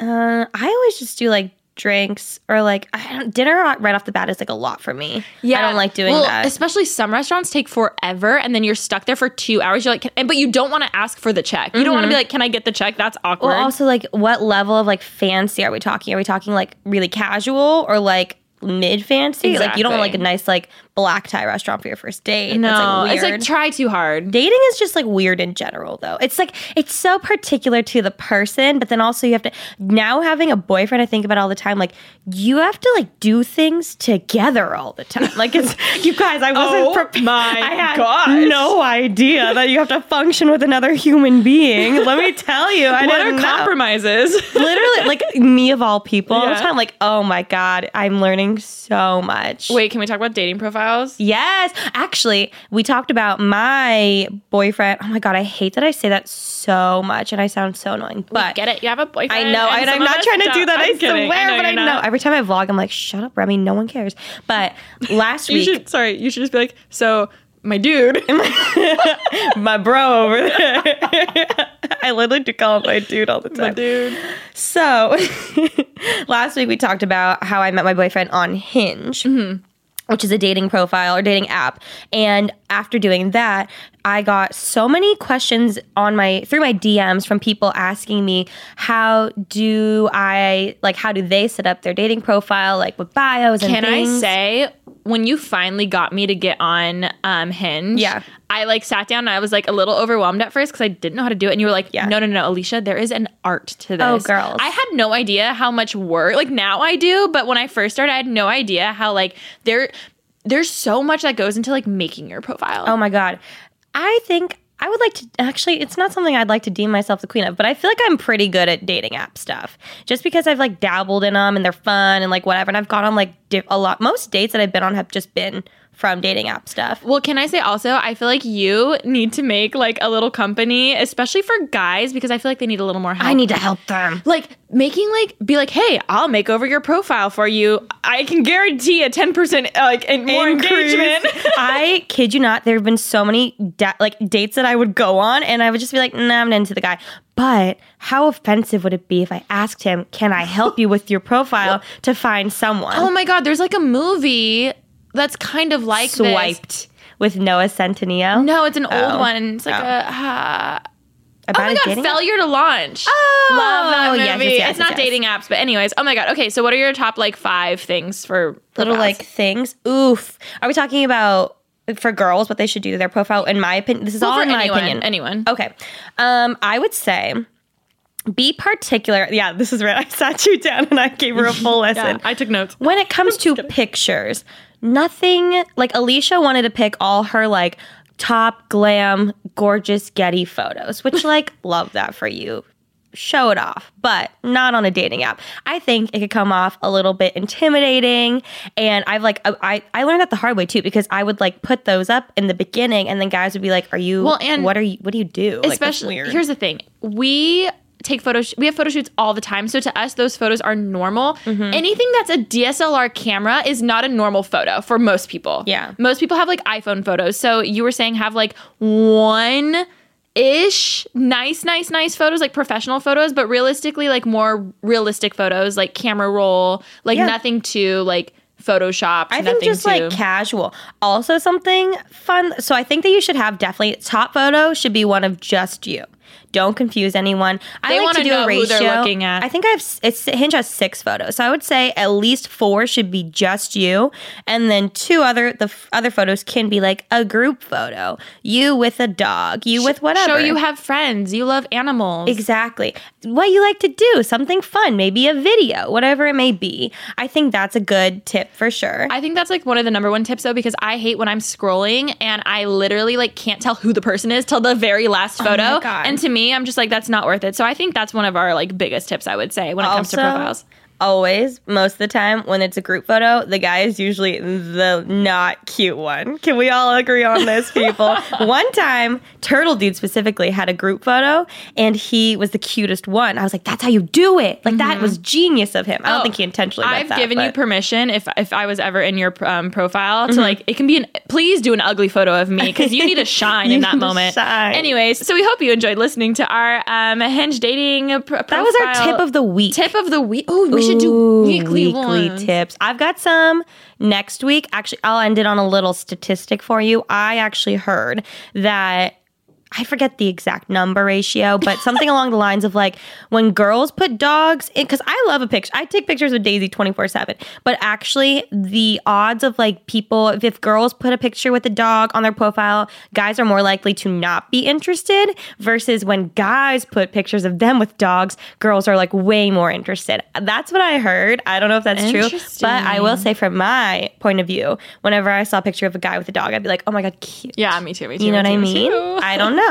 [SPEAKER 3] Uh, I always just do like drinks or like I don't dinner right off the bat is like a lot for me. I don't like doing
[SPEAKER 2] well,
[SPEAKER 3] that.
[SPEAKER 2] Especially some restaurants take forever, and then you're stuck there for two hours. You're like, can, and- but you don't want to ask for the check. You don't want to be like, can I get the check? That's awkward.
[SPEAKER 3] Mm-hmm. Well, also like what level of like fancy are we talking? Are we talking like really casual or like mid fancy? Like you don't want like a
[SPEAKER 2] Exactly.
[SPEAKER 3] nice like black tie restaurant for your first date.
[SPEAKER 2] no,
[SPEAKER 3] That's, like,
[SPEAKER 2] it's like
[SPEAKER 3] weird.
[SPEAKER 2] try too hard.
[SPEAKER 3] dating is just like weird in general though. It's like it's so particular to the person, but then also you have to now having a boyfriend I think about all the time like you have to like do things together all the time. Like it's (laughs) you guys, I wasn't
[SPEAKER 2] Oh
[SPEAKER 3] prepared.
[SPEAKER 2] my
[SPEAKER 3] I had
[SPEAKER 2] gosh.
[SPEAKER 3] no idea that you have to function with another human being. Let me tell you. (laughs) I
[SPEAKER 2] What
[SPEAKER 3] didn't
[SPEAKER 2] are
[SPEAKER 3] know
[SPEAKER 2] compromises? (laughs)
[SPEAKER 3] literally like me of all people all the
[SPEAKER 2] Yeah.
[SPEAKER 3] time like oh my god i'm learning so much
[SPEAKER 2] Wait, can we talk about dating profiles?
[SPEAKER 3] yes actually we talked about my boyfriend oh my god i hate that i say that so much and i sound so annoying but
[SPEAKER 2] Get it? You have a
[SPEAKER 3] I
[SPEAKER 2] boyfriend.
[SPEAKER 3] know, and
[SPEAKER 2] some
[SPEAKER 3] I'm
[SPEAKER 2] of
[SPEAKER 3] not
[SPEAKER 2] us
[SPEAKER 3] trying to do
[SPEAKER 2] don't.
[SPEAKER 3] that. i
[SPEAKER 2] I'm kidding.
[SPEAKER 3] swear, but
[SPEAKER 2] you're
[SPEAKER 3] I know.
[SPEAKER 2] not.
[SPEAKER 3] Every time I
[SPEAKER 2] (laughs)
[SPEAKER 3] vlog, I'm like, "Shut up, Remy. No one cares." But last
[SPEAKER 2] You
[SPEAKER 3] week,
[SPEAKER 2] should. Sorry, you should just be like, so my (laughs) dude.
[SPEAKER 3] my bro over there. (laughs) I literally do call him my dude all the time.
[SPEAKER 2] dude.
[SPEAKER 3] So (laughs) last week we talked about how I met my boyfriend on Hinge.
[SPEAKER 2] Mm-hmm.
[SPEAKER 3] Which is a dating profile or dating app, and after doing that, I got so many questions on my through my DMs from people asking me how do I like how do they set up their dating profile like with bios and
[SPEAKER 2] Can I
[SPEAKER 3] things.
[SPEAKER 2] say when you finally got me to get on um, Hinge?
[SPEAKER 3] Yeah.
[SPEAKER 2] I like sat down and I was like a little overwhelmed at first because I didn't know how to do it. And you were like,
[SPEAKER 3] Yeah.
[SPEAKER 2] no, no, no, no, Alicia, there is an art to this.
[SPEAKER 3] Oh, girls.
[SPEAKER 2] I had no idea how much work, like now I do, but when I first started, I had no idea how like there, there's so much that goes into like making your profile.
[SPEAKER 3] Oh my god. I think I would like to actually it's not something I'd like to deem myself the queen of, but I feel like I'm pretty good at dating app stuff. Just because I've like dabbled in them and they're fun and like whatever and I've gone on like di- a lot most dates that I've been on have just been from dating app stuff.
[SPEAKER 2] Well, can I say also, I feel like you need to make like a little company, especially for guys, because I feel like they need a little more help.
[SPEAKER 3] I need to help them.
[SPEAKER 2] like making like be like, hey, I'll make over your profile for you. I can guarantee a ten percent uh, like and more engagement.
[SPEAKER 3] (laughs) I kid you not, there have been so many da- like dates that I would go on, and I would just be like, "Nah, I'm not into the guy." But how offensive would it be if I asked him, "Can I help you with your profile to find someone?"
[SPEAKER 2] (laughs) oh my god, there's like a movie that's kind of like this.
[SPEAKER 3] swiped with Noah Centineo.
[SPEAKER 2] No, it's an
[SPEAKER 3] Oh.
[SPEAKER 2] old one. It's like a uh, oh
[SPEAKER 3] about
[SPEAKER 2] my
[SPEAKER 3] a
[SPEAKER 2] god,
[SPEAKER 3] dating app?
[SPEAKER 2] failure to launch.
[SPEAKER 3] Oh,
[SPEAKER 2] Love that movie.
[SPEAKER 3] yes, yes, yes,
[SPEAKER 2] it's not
[SPEAKER 3] yes.
[SPEAKER 2] dating apps, but anyways. Oh my god. Okay, so what are your top like five things for
[SPEAKER 3] little
[SPEAKER 2] profiles?
[SPEAKER 3] like things. Oof. Are we talking about for girls what they should do to their profile? In my opinion, this is
[SPEAKER 2] Well,
[SPEAKER 3] all
[SPEAKER 2] for
[SPEAKER 3] in my
[SPEAKER 2] anyone,
[SPEAKER 3] opinion.
[SPEAKER 2] anyone.
[SPEAKER 3] Okay. Um, I would say. Be particular. Yeah, this is right. (laughs) I sat you down and I gave her a full lesson.
[SPEAKER 2] I took notes.
[SPEAKER 3] when it comes
[SPEAKER 2] (laughs)
[SPEAKER 3] to pictures, nothing like Alicia wanted to pick all her like top glam, gorgeous Getty photos,
[SPEAKER 2] (laughs)
[SPEAKER 3] which like love that for you. Show it off, but not on a dating app. I think it could come off a little bit intimidating. And I've like, I, I learned that the hard way too, because I would like put those up in the beginning and then guys would be like, Are you,
[SPEAKER 2] Well, and-
[SPEAKER 3] what are you, what do you do? Like, that's
[SPEAKER 2] especially
[SPEAKER 3] weird.
[SPEAKER 2] here's the thing we take photo sh- we have photo shoots all the time so to us those photos are normal
[SPEAKER 3] Mm-hmm.
[SPEAKER 2] anything that's a dslr camera is not a normal photo for most people
[SPEAKER 3] Yeah.
[SPEAKER 2] most people have like iphone photos so you were saying have like one ish nice nice nice photos like professional photos but realistically like more realistic photos like camera roll like
[SPEAKER 3] Yeah.
[SPEAKER 2] nothing too like photoshopped
[SPEAKER 3] I
[SPEAKER 2] nothing
[SPEAKER 3] think just
[SPEAKER 2] too,
[SPEAKER 3] like casual. Also something fun. So I think that you should have definitely top photo should be one of just you. Don't confuse anyone. I
[SPEAKER 2] They
[SPEAKER 3] like
[SPEAKER 2] wanna
[SPEAKER 3] to do
[SPEAKER 2] know
[SPEAKER 3] a
[SPEAKER 2] who
[SPEAKER 3] ratio.
[SPEAKER 2] they're looking at.
[SPEAKER 3] I think I've s- it's Hinge has six photos, so I would say at least four should be just you, and then two other the f- other photos can be like a group photo, you with a dog, you with whatever.
[SPEAKER 2] show you have friends you love animals
[SPEAKER 3] Exactly. What you like to do, something fun, maybe a video, whatever it may be. I think that's a good tip for sure.
[SPEAKER 2] I think that's like one of the number one tips though, because I hate when I'm scrolling and I literally like can't tell who the person is till the very last photo.
[SPEAKER 3] Oh God.
[SPEAKER 2] And to me, I'm just like, that's not worth it. So I think that's one of our like biggest tips I would say when it comes to
[SPEAKER 3] Also,
[SPEAKER 2] profiles.
[SPEAKER 3] Always, most of the time, when it's a group photo, the guy is usually the not cute one. Can we all agree on this, people?
[SPEAKER 2] (laughs)
[SPEAKER 3] one time, Turtle Dude specifically had a group photo and he was the cutest one. I was like, that's how you do it. Like, that was genius of him. I don't
[SPEAKER 2] Mm-hmm. Oh,
[SPEAKER 3] think he intentionally meant
[SPEAKER 2] I've
[SPEAKER 3] that,
[SPEAKER 2] given you
[SPEAKER 3] but- Mm-hmm.
[SPEAKER 2] permission if if I was ever in your um, profile to like it can be an please do an ugly photo of me because you
[SPEAKER 3] (laughs)
[SPEAKER 2] need to shine in that
[SPEAKER 3] need to
[SPEAKER 2] moment.
[SPEAKER 3] shine.
[SPEAKER 2] Anyways, so we hope you enjoyed listening to our um, hinge dating pr-
[SPEAKER 3] That was our tip of the week.
[SPEAKER 2] tip of the week. Oh, we should
[SPEAKER 3] Ooh,
[SPEAKER 2] do weekly,
[SPEAKER 3] weekly
[SPEAKER 2] ones.
[SPEAKER 3] tips. I've got some next week. Actually, I'll end it on a little statistic for you. I actually heard that I forget the exact number ratio, but something along the lines of like when girls put dogs in cuz I love a picture. I take pictures with Daisy 24/7. But actually the odds of like people if, if girls put a picture with a dog on their profile, guys are more likely to not be interested versus when guys put pictures of them with dogs, girls are like way more interested. That's what I heard. I don't know if that's true, but I will say from my point of view, whenever I saw a picture of a guy with a dog, I'd be like, "Oh my god, cute."
[SPEAKER 2] Yeah, me too. Me too.
[SPEAKER 3] You know
[SPEAKER 2] me
[SPEAKER 3] what I
[SPEAKER 2] too, me
[SPEAKER 3] mean?
[SPEAKER 2] too.
[SPEAKER 3] I don't
[SPEAKER 2] (laughs)
[SPEAKER 3] know.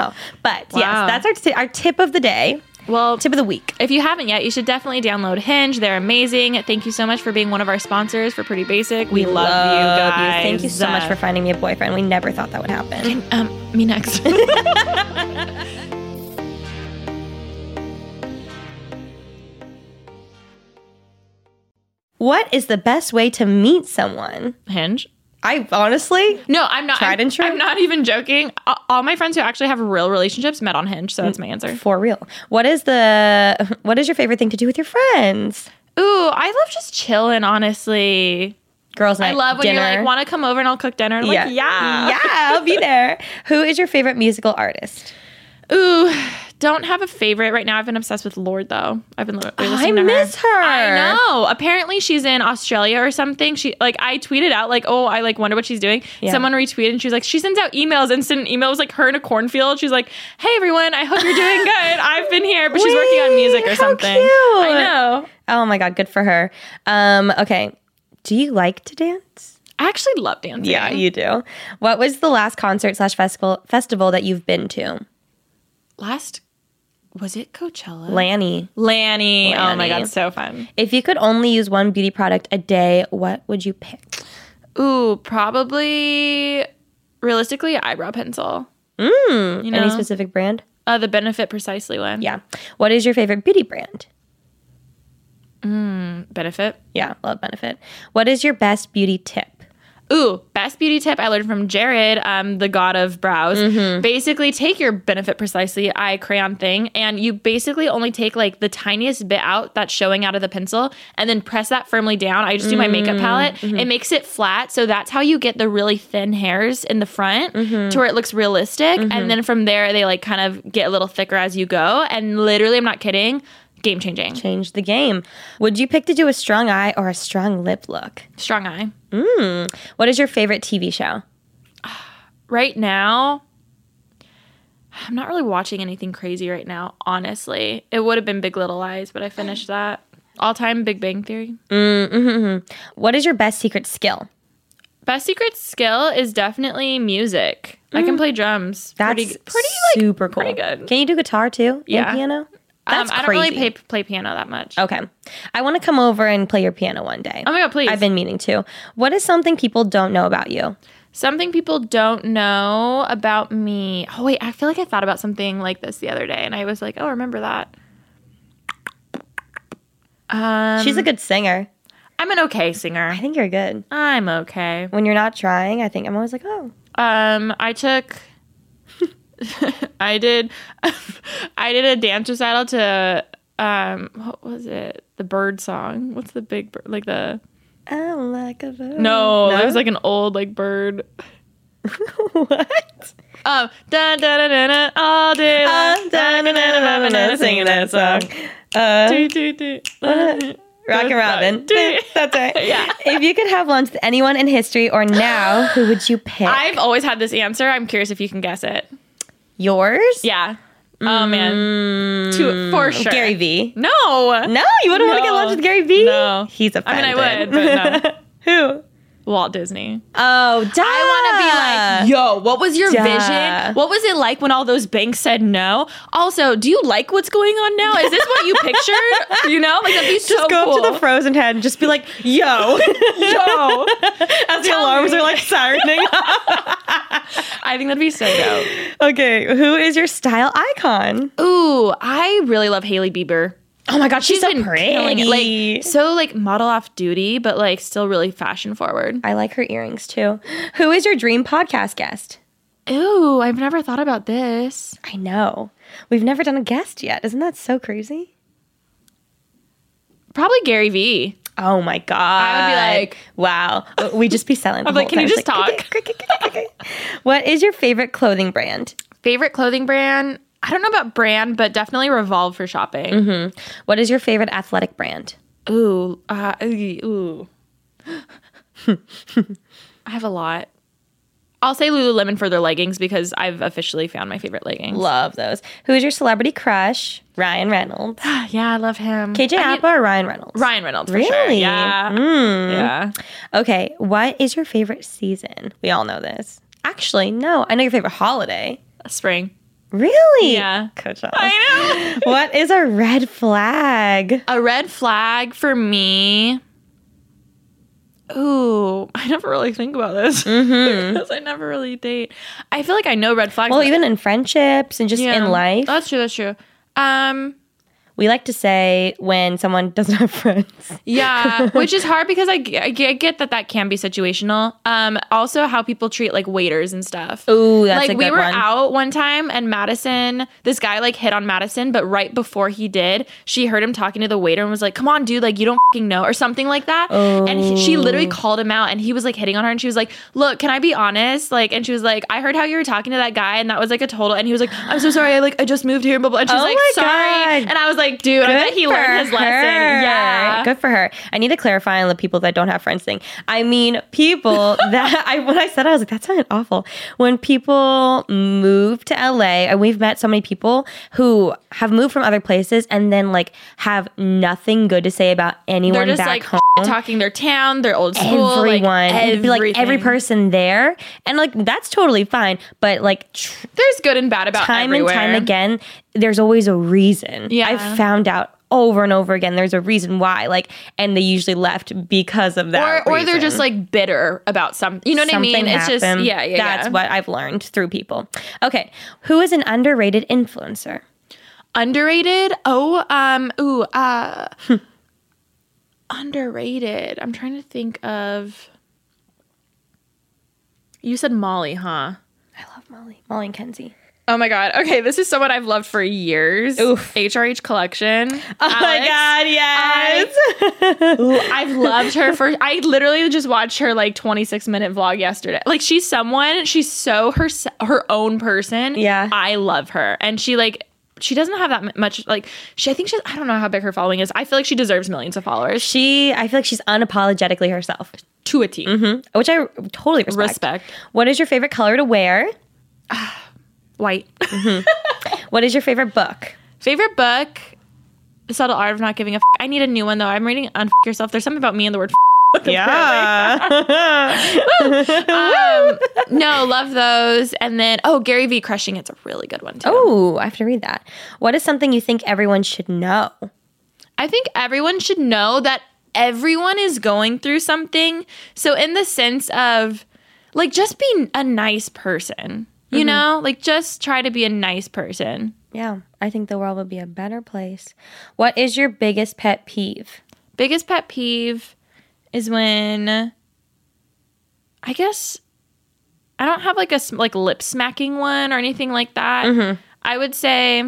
[SPEAKER 3] But
[SPEAKER 2] Wow.
[SPEAKER 3] yes, that's our, t- our tip of the day,
[SPEAKER 2] Well,
[SPEAKER 3] tip of the week.
[SPEAKER 2] If you haven't yet, you should definitely download Hinge. They're amazing. Thank you so much for being one of our sponsors for Pretty Basic. We, love, you
[SPEAKER 3] Love
[SPEAKER 2] guys.
[SPEAKER 3] Thank you so much for finding me a boyfriend. We never thought that would happen.
[SPEAKER 2] um, (laughs) me next.
[SPEAKER 3] What is the best way to meet someone?
[SPEAKER 2] Hinge.
[SPEAKER 3] I honestly,
[SPEAKER 2] No, I'm not.
[SPEAKER 3] Tried
[SPEAKER 2] I'm,
[SPEAKER 3] and true.
[SPEAKER 2] I'm not even joking. A- All my friends who actually have real relationships met on Hinge, so that's my answer.
[SPEAKER 3] for real. What is the (laughs) what is your favorite thing to do with your friends?
[SPEAKER 2] Ooh, I love just chilling, honestly.
[SPEAKER 3] Girls night.
[SPEAKER 2] I love when
[SPEAKER 3] dinner.
[SPEAKER 2] you're like, want to come over and I'll cook dinner. I'm
[SPEAKER 3] yeah.
[SPEAKER 2] Like, yeah.
[SPEAKER 3] Yeah, I'll
[SPEAKER 2] (laughs)
[SPEAKER 3] be there. Who is your favorite musical artist?
[SPEAKER 2] Ooh, (sighs) don't have a favorite right now. I've been obsessed with Lord though. I've been li- listening to
[SPEAKER 3] miss her.
[SPEAKER 2] I know. Apparently she's in Australia or something. She like I tweeted out like, "Oh, I like wonder what she's doing." Someone retweeted and she was like, "She sends out emails, instant emails like her in a cornfield." She's like, "Hey everyone, I hope you're doing
[SPEAKER 3] (laughs)
[SPEAKER 2] good. I've been here, but she's working on music
[SPEAKER 3] Wait,
[SPEAKER 2] or
[SPEAKER 3] how
[SPEAKER 2] something."
[SPEAKER 3] cute.
[SPEAKER 2] I know.
[SPEAKER 3] Oh my god, good for her. Um, okay. Do you like to dance?
[SPEAKER 2] I actually love dancing.
[SPEAKER 3] you do. What was the last concert slash festival festival that you've been to?
[SPEAKER 2] Last was it Coachella?
[SPEAKER 3] Lanny.
[SPEAKER 2] Lanny. Oh my
[SPEAKER 3] Lanny.
[SPEAKER 2] god, so fun.
[SPEAKER 3] If you could only use one beauty product a day, what would you pick?
[SPEAKER 2] Ooh, probably realistically eyebrow pencil. Mm, you know,
[SPEAKER 3] Any specific brand?
[SPEAKER 2] uh, the benefit precisely one.
[SPEAKER 3] Yeah. What is your favorite beauty brand?
[SPEAKER 2] benefit.
[SPEAKER 3] Yeah, love benefit. What is your best beauty tip?
[SPEAKER 2] Ooh, best beauty tip I learned from Jared, um, the god of brows. Basically, take your benefit precisely eye crayon thing, and you basically only take like the tiniest bit out that's showing out of the pencil, and then press that firmly down. I just do my makeup palette. It makes it flat, so that's how you get the really thin hairs in the front to where it looks realistic. And then from there, they like kind of get a little thicker as you go. And literally, I'm not kidding. Game changing.
[SPEAKER 3] Change the game. Would you pick to do a strong eye or a strong lip look?
[SPEAKER 2] Strong eye.
[SPEAKER 3] What is your favorite TV show?
[SPEAKER 2] right now I'm not really watching anything crazy right now, honestly. It would have been Big Little Lies, but I finished that. All time Big Bang Theory.
[SPEAKER 3] What is your best secret skill?
[SPEAKER 2] Best secret skill is definitely music. I can play drums.
[SPEAKER 3] That's
[SPEAKER 2] pretty, pretty like
[SPEAKER 3] super cool.
[SPEAKER 2] pretty good.
[SPEAKER 3] Can you do guitar too?
[SPEAKER 2] Yeah.
[SPEAKER 3] And piano? That's
[SPEAKER 2] um, I don't
[SPEAKER 3] crazy. Oh,
[SPEAKER 2] really play, play piano that much.
[SPEAKER 3] Okay. I want to come over and play your piano one day.
[SPEAKER 2] Oh my god, please.
[SPEAKER 3] I've been meaning to. What is something people don't know about you?
[SPEAKER 2] Something people don't know about me. Oh wait, I feel like I thought about something like this the other day and I was like, "Oh, remember that." Um,
[SPEAKER 3] She's a good singer.
[SPEAKER 2] I'm an okay
[SPEAKER 3] I
[SPEAKER 2] singer.
[SPEAKER 3] think you're good.
[SPEAKER 2] I'm okay.
[SPEAKER 3] When you're not trying, I think I'm always like, oh,
[SPEAKER 2] Um, I took. (laughs) I did. (laughs) I did a dance recital to. Um, what was it? The bird song. What's the big bird? Like the
[SPEAKER 3] I'm like a bird.
[SPEAKER 2] no, It was like an old like bird.
[SPEAKER 3] (laughs) what?
[SPEAKER 2] Um, da da da da da all day long. Da da da da da da singing that song.
[SPEAKER 3] Uh,
[SPEAKER 2] Do, do, do. That's
[SPEAKER 3] Rock and Robin.
[SPEAKER 2] Do-
[SPEAKER 3] (laughs) That's right.
[SPEAKER 2] (laughs) Yeah.
[SPEAKER 3] If you could have lunch with anyone in history or now, who would you pick?
[SPEAKER 2] I've always had this answer. I'm curious if you can guess it.
[SPEAKER 3] Yours?
[SPEAKER 2] Yeah. Oh man. To for
[SPEAKER 3] Mm.
[SPEAKER 2] sure.
[SPEAKER 3] Gary Vee.
[SPEAKER 2] No.
[SPEAKER 3] No, you wouldn't want to get
[SPEAKER 2] No.
[SPEAKER 3] lunch with Gary Vee?
[SPEAKER 2] No.
[SPEAKER 3] He's
[SPEAKER 2] I mean,
[SPEAKER 3] offended.
[SPEAKER 2] I would, but no.
[SPEAKER 3] (laughs) Who?
[SPEAKER 2] Walt Disney.
[SPEAKER 3] Oh, duh.
[SPEAKER 2] I want to be like, yo, what was your
[SPEAKER 3] Duh.
[SPEAKER 2] vision? What was it like when all those banks said no? Also, do you like what's going on now? Is this what you pictured? (laughs) You know, like that'd be so
[SPEAKER 3] Just go
[SPEAKER 2] cool.
[SPEAKER 3] up to the frozen head and just be like, yo,
[SPEAKER 2] (laughs) Yo,
[SPEAKER 3] as the
[SPEAKER 2] Tell
[SPEAKER 3] alarms
[SPEAKER 2] me.
[SPEAKER 3] are
[SPEAKER 2] (laughs)
[SPEAKER 3] like sirening.
[SPEAKER 2] I think that'd be so dope.
[SPEAKER 3] okay, who is your style icon?
[SPEAKER 2] Ooh, I really love Haley Bieber.
[SPEAKER 3] Oh my god, she's, so
[SPEAKER 2] been killing
[SPEAKER 3] pretty.
[SPEAKER 2] it. Like so, like model off duty, but like still really fashion forward.
[SPEAKER 3] I like her earrings too. Who is your dream podcast guest?
[SPEAKER 2] Ooh, I've never thought about this.
[SPEAKER 3] I know. We've never done a guest yet. Isn't that so crazy?
[SPEAKER 2] Probably Gary Vee.
[SPEAKER 3] Oh my god.
[SPEAKER 2] would be like-
[SPEAKER 3] wow. Oh, We'd just be selling. the
[SPEAKER 2] I'm like,
[SPEAKER 3] whole
[SPEAKER 2] "Can you
[SPEAKER 3] time.
[SPEAKER 2] just
[SPEAKER 3] It's like, what is your favorite clothing brand?
[SPEAKER 2] Favorite clothing brand? I don't know about brand, but definitely Revolve for shopping.
[SPEAKER 3] Mm-hmm. What is your favorite athletic brand?
[SPEAKER 2] Ooh, uh, ooh, ooh. (laughs) I have a lot. I'll say Lululemon for their leggings because I've officially found my favorite leggings.
[SPEAKER 3] Love those. Who is your celebrity crush? Ryan (gasps) Reynolds.
[SPEAKER 2] (sighs) yeah, I love him.
[SPEAKER 3] KJ
[SPEAKER 2] I mean,
[SPEAKER 3] Apa or Ryan Reynolds?
[SPEAKER 2] Ryan Reynolds. For Sure.
[SPEAKER 3] Really? Hmm.
[SPEAKER 2] Yeah. Yeah.
[SPEAKER 3] Okay, what is your favorite season? We all know this. Actually, no, I know your favorite holiday.
[SPEAKER 2] Spring.
[SPEAKER 3] Really?
[SPEAKER 2] Yeah.
[SPEAKER 3] Coachella.
[SPEAKER 2] I
[SPEAKER 3] (laughs)
[SPEAKER 2] know.
[SPEAKER 3] What is a red flag?
[SPEAKER 2] A red flag for me. Ooh, (laughs) I never really think about this (laughs) because I never really date. I feel like I know red flags.
[SPEAKER 3] Mm-hmm. Well,
[SPEAKER 2] but-
[SPEAKER 3] even in friendships and just
[SPEAKER 2] Yeah.
[SPEAKER 3] in life.
[SPEAKER 2] That's true. That's true. Um,
[SPEAKER 3] we like to say when someone (laughs) doesn't have friends. (laughs)
[SPEAKER 2] Yeah, which is hard because I, g- I g- I get that that can be situational. Um, also how people treat like waiters and stuff.
[SPEAKER 3] Ooh, that's
[SPEAKER 2] like
[SPEAKER 3] a
[SPEAKER 2] we
[SPEAKER 3] good
[SPEAKER 2] were
[SPEAKER 3] one.
[SPEAKER 2] out one time and Madison, this guy like hit on Madison, but right before he did, she heard him talking to the waiter and was like, "Come on, dude, like you don't fing know," or something like that. And he, she
[SPEAKER 3] Oh.
[SPEAKER 2] literally called him out, and he was like hitting on her, and she was like, "Look, can I be honest?" Like, and she was like, "I heard how you were talking to that guy, and that was like a total." And he was like, "I'm so sorry, I like I just moved here," blah blah. And she was
[SPEAKER 3] Oh
[SPEAKER 2] like,
[SPEAKER 3] my
[SPEAKER 2] "Sorry,"
[SPEAKER 3] God.
[SPEAKER 2] and I was like, "Dude, I bet he
[SPEAKER 3] for
[SPEAKER 2] learned his lesson."
[SPEAKER 3] her.
[SPEAKER 2] Yeah,
[SPEAKER 3] Good for her. I need to clarify on the people that don't have friends thing. I mean, people that I when I said I was like, that sounded awful. When people move to LA, and we've met so many people who have moved from other places and then like have nothing good to say about anyone
[SPEAKER 2] they're just
[SPEAKER 3] back
[SPEAKER 2] like
[SPEAKER 3] home.
[SPEAKER 2] talking their town, their old school,
[SPEAKER 3] Everyone,
[SPEAKER 2] like,
[SPEAKER 3] It'd be, like every
[SPEAKER 2] everything.
[SPEAKER 3] person there, and like that's totally fine. But like tr-
[SPEAKER 2] There's good and bad about
[SPEAKER 3] time
[SPEAKER 2] Uh, everywhere.
[SPEAKER 3] and time again, there's always a reason.
[SPEAKER 2] Yeah.
[SPEAKER 3] I've found out over and over again there's a reason why. Like, and they usually left because of that.
[SPEAKER 2] or, or they're
[SPEAKER 3] reason.
[SPEAKER 2] just like bitter about some. You know what I mean?
[SPEAKER 3] Something
[SPEAKER 2] It's just
[SPEAKER 3] happened.
[SPEAKER 2] yeah, yeah.
[SPEAKER 3] That's
[SPEAKER 2] yeah.
[SPEAKER 3] what I've learned through people. Okay. Who is an underrated influencer?
[SPEAKER 2] underrated. Oh, um, ooh, uh,
[SPEAKER 3] Hmm.
[SPEAKER 2] underrated. I'm trying to think of. You said Molly, huh?
[SPEAKER 3] I love Molly. Molly and Kenzie.
[SPEAKER 2] Oh my god. Okay, this is someone I've loved for years.
[SPEAKER 3] Oof.
[SPEAKER 2] HRH collection.
[SPEAKER 3] (laughs) Oh my god, yes. (laughs)
[SPEAKER 2] I've loved her for I literally just watched her like 26 minute vlog yesterday. Like she's someone, she's so her her own person.
[SPEAKER 3] Yeah.
[SPEAKER 2] I love her. And she like she doesn't have that mu- much like she I think she I don't know how big her following is. I feel like she deserves millions of followers. She,
[SPEAKER 3] she I feel like she's unapologetically herself.
[SPEAKER 2] to a T.
[SPEAKER 3] Which I totally respect.
[SPEAKER 2] Respect.
[SPEAKER 3] What is your favorite color to wear?
[SPEAKER 2] White.
[SPEAKER 3] What is your favorite book?
[SPEAKER 2] Favorite book? The Subtle Art of Not Giving a F. I need a new one though. I'm reading Unf Yourself. There's something about me and the word F. (laughs) Um, no, love those. And then oh, Gary V crushing it's a really good one too.
[SPEAKER 3] Oh, I have to read that. What is something you think everyone should know?
[SPEAKER 2] I think everyone should know that everyone is going through something. So, in the sense of like just be a nice person, you know, like just try to be a nice person.
[SPEAKER 3] Yeah, I think the world would be a better place. What is your biggest pet peeve? (laughs)
[SPEAKER 2] Biggest pet peeve is when I guess I don't have like a sm- like lip smacking one or anything like that. I would say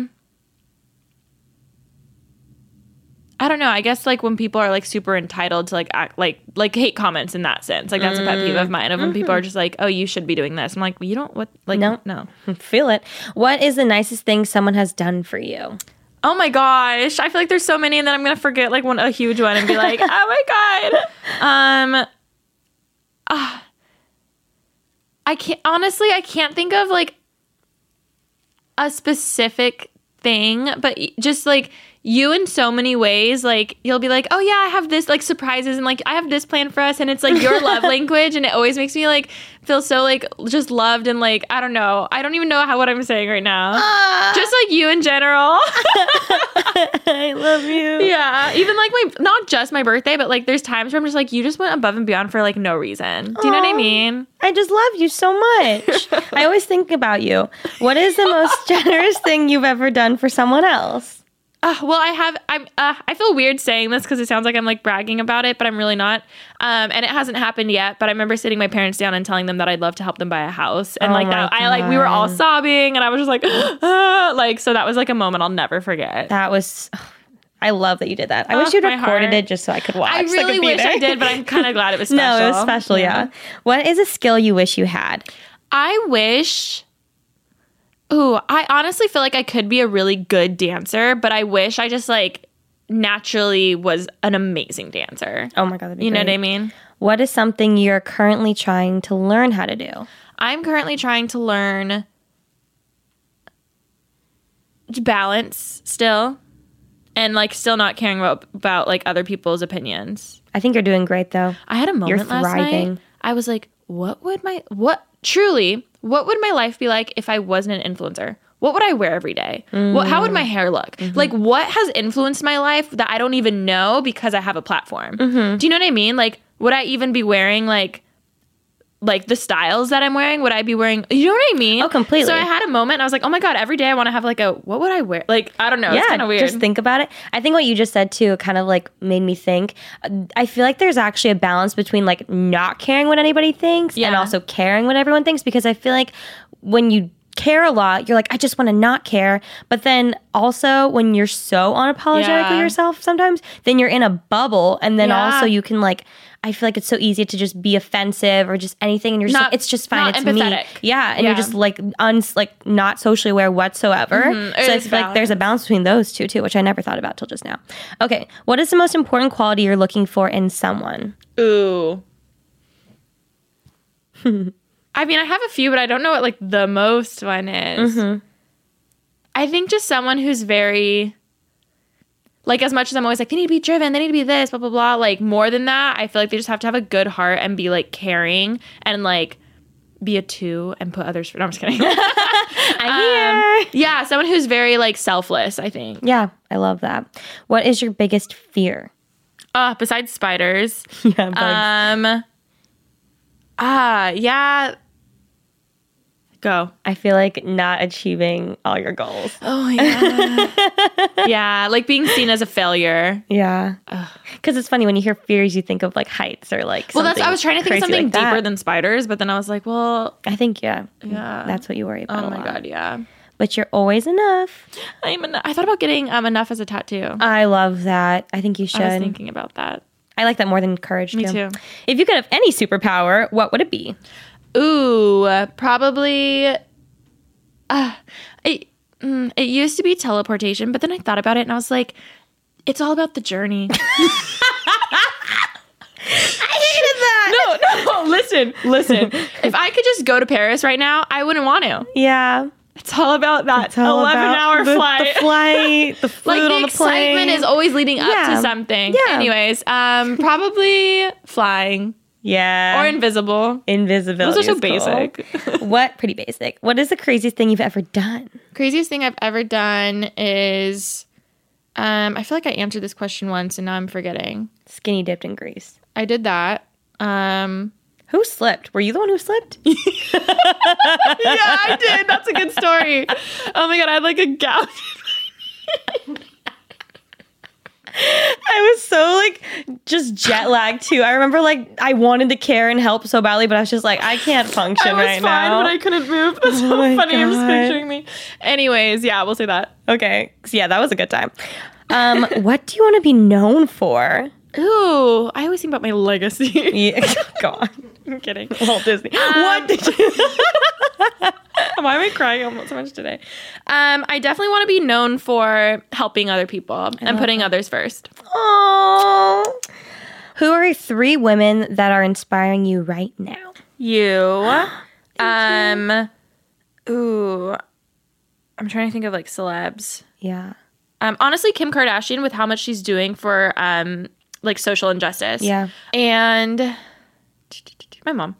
[SPEAKER 2] I don't know. I guess like when people are like super entitled to like act like like hate comments in that sense. Like that's a pet peeve of mine. Of when people are just like, "Oh, you should be doing this." I'm like, well, "You don't what like
[SPEAKER 3] No.
[SPEAKER 2] no."
[SPEAKER 3] Feel it. What is the nicest thing someone has done for
[SPEAKER 2] (laughs)
[SPEAKER 3] you?
[SPEAKER 2] Oh my gosh. I feel like there's so many and then I'm going to forget like one a huge one and be like, "Oh my god." Um ah. I can't honestly, I can't think of like a specific thing, but y- just like you in so many ways, like you'll be like, "Oh yeah, I have this like surprises and like I have this plan for us." And it's like your love language and it always makes me like feel so like just loved and like I don't know. I don't even know how what I'm saying right now. just like you in general. (laughs)
[SPEAKER 3] I love you.
[SPEAKER 2] Yeah, even like my not just my birthday, but like there's times where I'm just like you just went above and beyond for like no reason. Do you know what I
[SPEAKER 3] Aw.
[SPEAKER 2] mean?
[SPEAKER 3] I just love you so
[SPEAKER 2] (laughs)
[SPEAKER 3] much. I always think about you. What is the most generous thing you've ever done for someone else?
[SPEAKER 2] Uh, well, I have I'm uh, I feel weird saying this because it sounds like I'm like bragging about it, but I'm really not. Um, and it hasn't happened yet. But I remember sitting my parents down and telling them that I'd love to help them buy a house,
[SPEAKER 3] Oh
[SPEAKER 2] and like that I like we were all sobbing, and I was just like, (gasps) ah, like so that was like a moment I'll never forget.
[SPEAKER 3] That was. (sighs) I love that you did that. I
[SPEAKER 2] Oh,
[SPEAKER 3] wish you'd
[SPEAKER 2] my
[SPEAKER 3] recorded
[SPEAKER 2] heart.
[SPEAKER 3] it just so I could watch.
[SPEAKER 2] I
[SPEAKER 3] so could
[SPEAKER 2] really
[SPEAKER 3] be
[SPEAKER 2] wish
[SPEAKER 3] (laughs)
[SPEAKER 2] I
[SPEAKER 3] there.
[SPEAKER 2] did, but I'm kind of glad it was
[SPEAKER 3] (laughs)
[SPEAKER 2] special.
[SPEAKER 3] No, it was special. yeah. What is a skill you wish you had?
[SPEAKER 2] I wish. Ooh, I honestly feel like I could be a really good dancer, but I wish I just like naturally was an amazing dancer.
[SPEAKER 3] Oh my god, that'd be
[SPEAKER 2] you know
[SPEAKER 3] great.
[SPEAKER 2] what I mean?
[SPEAKER 3] What is something you're currently trying to learn how to do?
[SPEAKER 2] I'm currently trying to learn balance still and like still not caring about, about like other people's opinions.
[SPEAKER 3] I think you're doing great though.
[SPEAKER 2] I had a moment last night.
[SPEAKER 3] thriving.
[SPEAKER 2] I was like, what would my what truly what would my life be like if I wasn't an influencer? What would I wear every day? What how would my
[SPEAKER 3] Mm.
[SPEAKER 2] hair look?
[SPEAKER 3] Mm-hmm.
[SPEAKER 2] Like what has influenced my life that I don't even
[SPEAKER 3] Mm-hmm.
[SPEAKER 2] know because I have a platform? Do you know what I mean? Like would I even be wearing like like the styles that I'm wearing, would I be wearing? You know what I mean?
[SPEAKER 3] Oh, completely.
[SPEAKER 2] So I had a moment. I was like, oh my god, every day I want to have like a what would I wear? Like I don't know. it's kind of weird.
[SPEAKER 3] Just think about it. I think what you just said too kind of like made me think. Uh, I feel like there's actually a balance between like not caring what anybody thinks and
[SPEAKER 2] Yeah.
[SPEAKER 3] also caring what everyone thinks because I feel like when you care a lot, you're like, I just want to not care. But then also when you're so unapologetically
[SPEAKER 2] Yeah.
[SPEAKER 3] yourself sometimes, then you're in a bubble. And then
[SPEAKER 2] Yeah.
[SPEAKER 3] also you can like I feel like it's so easy to just be offensive or just anything and you're just
[SPEAKER 2] Not-
[SPEAKER 3] like, it's just fine.
[SPEAKER 2] not
[SPEAKER 3] it's
[SPEAKER 2] empathetic.
[SPEAKER 3] me. Yeah. And
[SPEAKER 2] Yeah.
[SPEAKER 3] you're just like uns like not socially aware whatsoever.
[SPEAKER 2] Mm-hmm. It
[SPEAKER 3] So I
[SPEAKER 2] is
[SPEAKER 3] feel like there's a balance between those two too, which I never thought about till just now. Okay, what is the most important quality you're looking for in someone?
[SPEAKER 2] Ooh. (laughs) I mean, I have a few, but I don't know what like the most one is. I think just someone who's very like as much as I'm always like they need to be driven, they need to be this, blah blah blah, like more than that, I feel like they just have to have a good heart and be like caring and like be a two and put others for no, I'm just kidding. (laughs)
[SPEAKER 3] I'm here.
[SPEAKER 2] yeah, someone who's very like selfless, I think.
[SPEAKER 3] Um, Yeah, I love that. What is your biggest fear? (laughs)
[SPEAKER 2] Uh, besides spiders.
[SPEAKER 3] Yeah, bugs.
[SPEAKER 2] Um Ah, yeah. Go.
[SPEAKER 3] I feel like not achieving all your goals.
[SPEAKER 2] Oh yeah. (laughs) yeah, like being seen as a failure.
[SPEAKER 3] Yeah, because it's funny when you hear fears, you think of like heights or like.
[SPEAKER 2] Well, that's I was trying to think of something deeper
[SPEAKER 3] than.
[SPEAKER 2] than spiders, but then I was like, well,
[SPEAKER 3] I think yeah,
[SPEAKER 2] Yeah.
[SPEAKER 3] that's what you worry about.
[SPEAKER 2] oh
[SPEAKER 3] a
[SPEAKER 2] my
[SPEAKER 3] lot.
[SPEAKER 2] god, yeah.
[SPEAKER 3] But you're always enough.
[SPEAKER 2] I'm en- I thought about getting um enough as a tattoo.
[SPEAKER 3] I love that. I think you should.
[SPEAKER 2] I was
[SPEAKER 3] I,
[SPEAKER 2] thinking about that.
[SPEAKER 3] like that more than courage.
[SPEAKER 2] Me too.
[SPEAKER 3] If you could have any superpower, what would it be?
[SPEAKER 2] Ooh, uh, probably. Uh, it mm, it used to be teleportation, but then I thought about it and I was like, it's all about the (laughs) journey. I hated that. No, no, listen, listen. if I could just go to Paris right now, I wouldn't want to.
[SPEAKER 3] Yeah.
[SPEAKER 2] It's all about that
[SPEAKER 3] It's all
[SPEAKER 2] 11
[SPEAKER 3] about
[SPEAKER 2] hour
[SPEAKER 3] the,
[SPEAKER 2] flight.
[SPEAKER 3] The flight, the food
[SPEAKER 2] like the,
[SPEAKER 3] on the plane.
[SPEAKER 2] excitement is always leading up
[SPEAKER 3] Yeah.
[SPEAKER 2] to something.
[SPEAKER 3] Yeah.
[SPEAKER 2] Anyways, um, probably flying
[SPEAKER 3] yeah
[SPEAKER 2] or invisible.
[SPEAKER 3] invisibility.
[SPEAKER 2] Those are so
[SPEAKER 3] is cool.
[SPEAKER 2] basic.
[SPEAKER 3] (laughs) what pretty basic? What is the craziest thing you've ever done?
[SPEAKER 2] Craziest thing I've ever done is um I feel like I answered this question once and now I'm forgetting.
[SPEAKER 3] Skinny dipped in grease.
[SPEAKER 2] I did that. Um
[SPEAKER 3] Who slipped? Were you the one who slipped?
[SPEAKER 2] (laughs) Yeah, I did. That's a good story. (laughs) Oh my god, I had like a gout.
[SPEAKER 3] I was so like just jet lagged too. I remember like I wanted to care and help so badly, but I was just like I can't function
[SPEAKER 2] I was
[SPEAKER 3] right
[SPEAKER 2] fine,
[SPEAKER 3] now.
[SPEAKER 2] but I couldn't (laughs) move. That's so
[SPEAKER 3] my
[SPEAKER 2] funny. I'm just
[SPEAKER 3] God.
[SPEAKER 2] picturing me. Anyways, yeah, we'll say that.
[SPEAKER 3] Okay, So, yeah, that was a good time. Um, (laughs) what do you want to be known for?
[SPEAKER 2] Ooh, I always think about my legacy. (laughs)
[SPEAKER 3] Yeah, (laughs) go on.
[SPEAKER 2] I'm kidding.
[SPEAKER 3] Walt Disney. what did you? (laughs)
[SPEAKER 2] Why am I crying almost so much today? Um, I definitely want to be known for helping other people and putting others first.
[SPEAKER 3] Aww. Who are three women that are inspiring you right now?
[SPEAKER 2] you. um, ooh, I'm trying to think of like celebs.
[SPEAKER 3] Yeah. (laughs)
[SPEAKER 2] Um, honestly, Kim Kardashian with how much she's doing for um, like social injustice.
[SPEAKER 3] Yeah.
[SPEAKER 2] and my mom.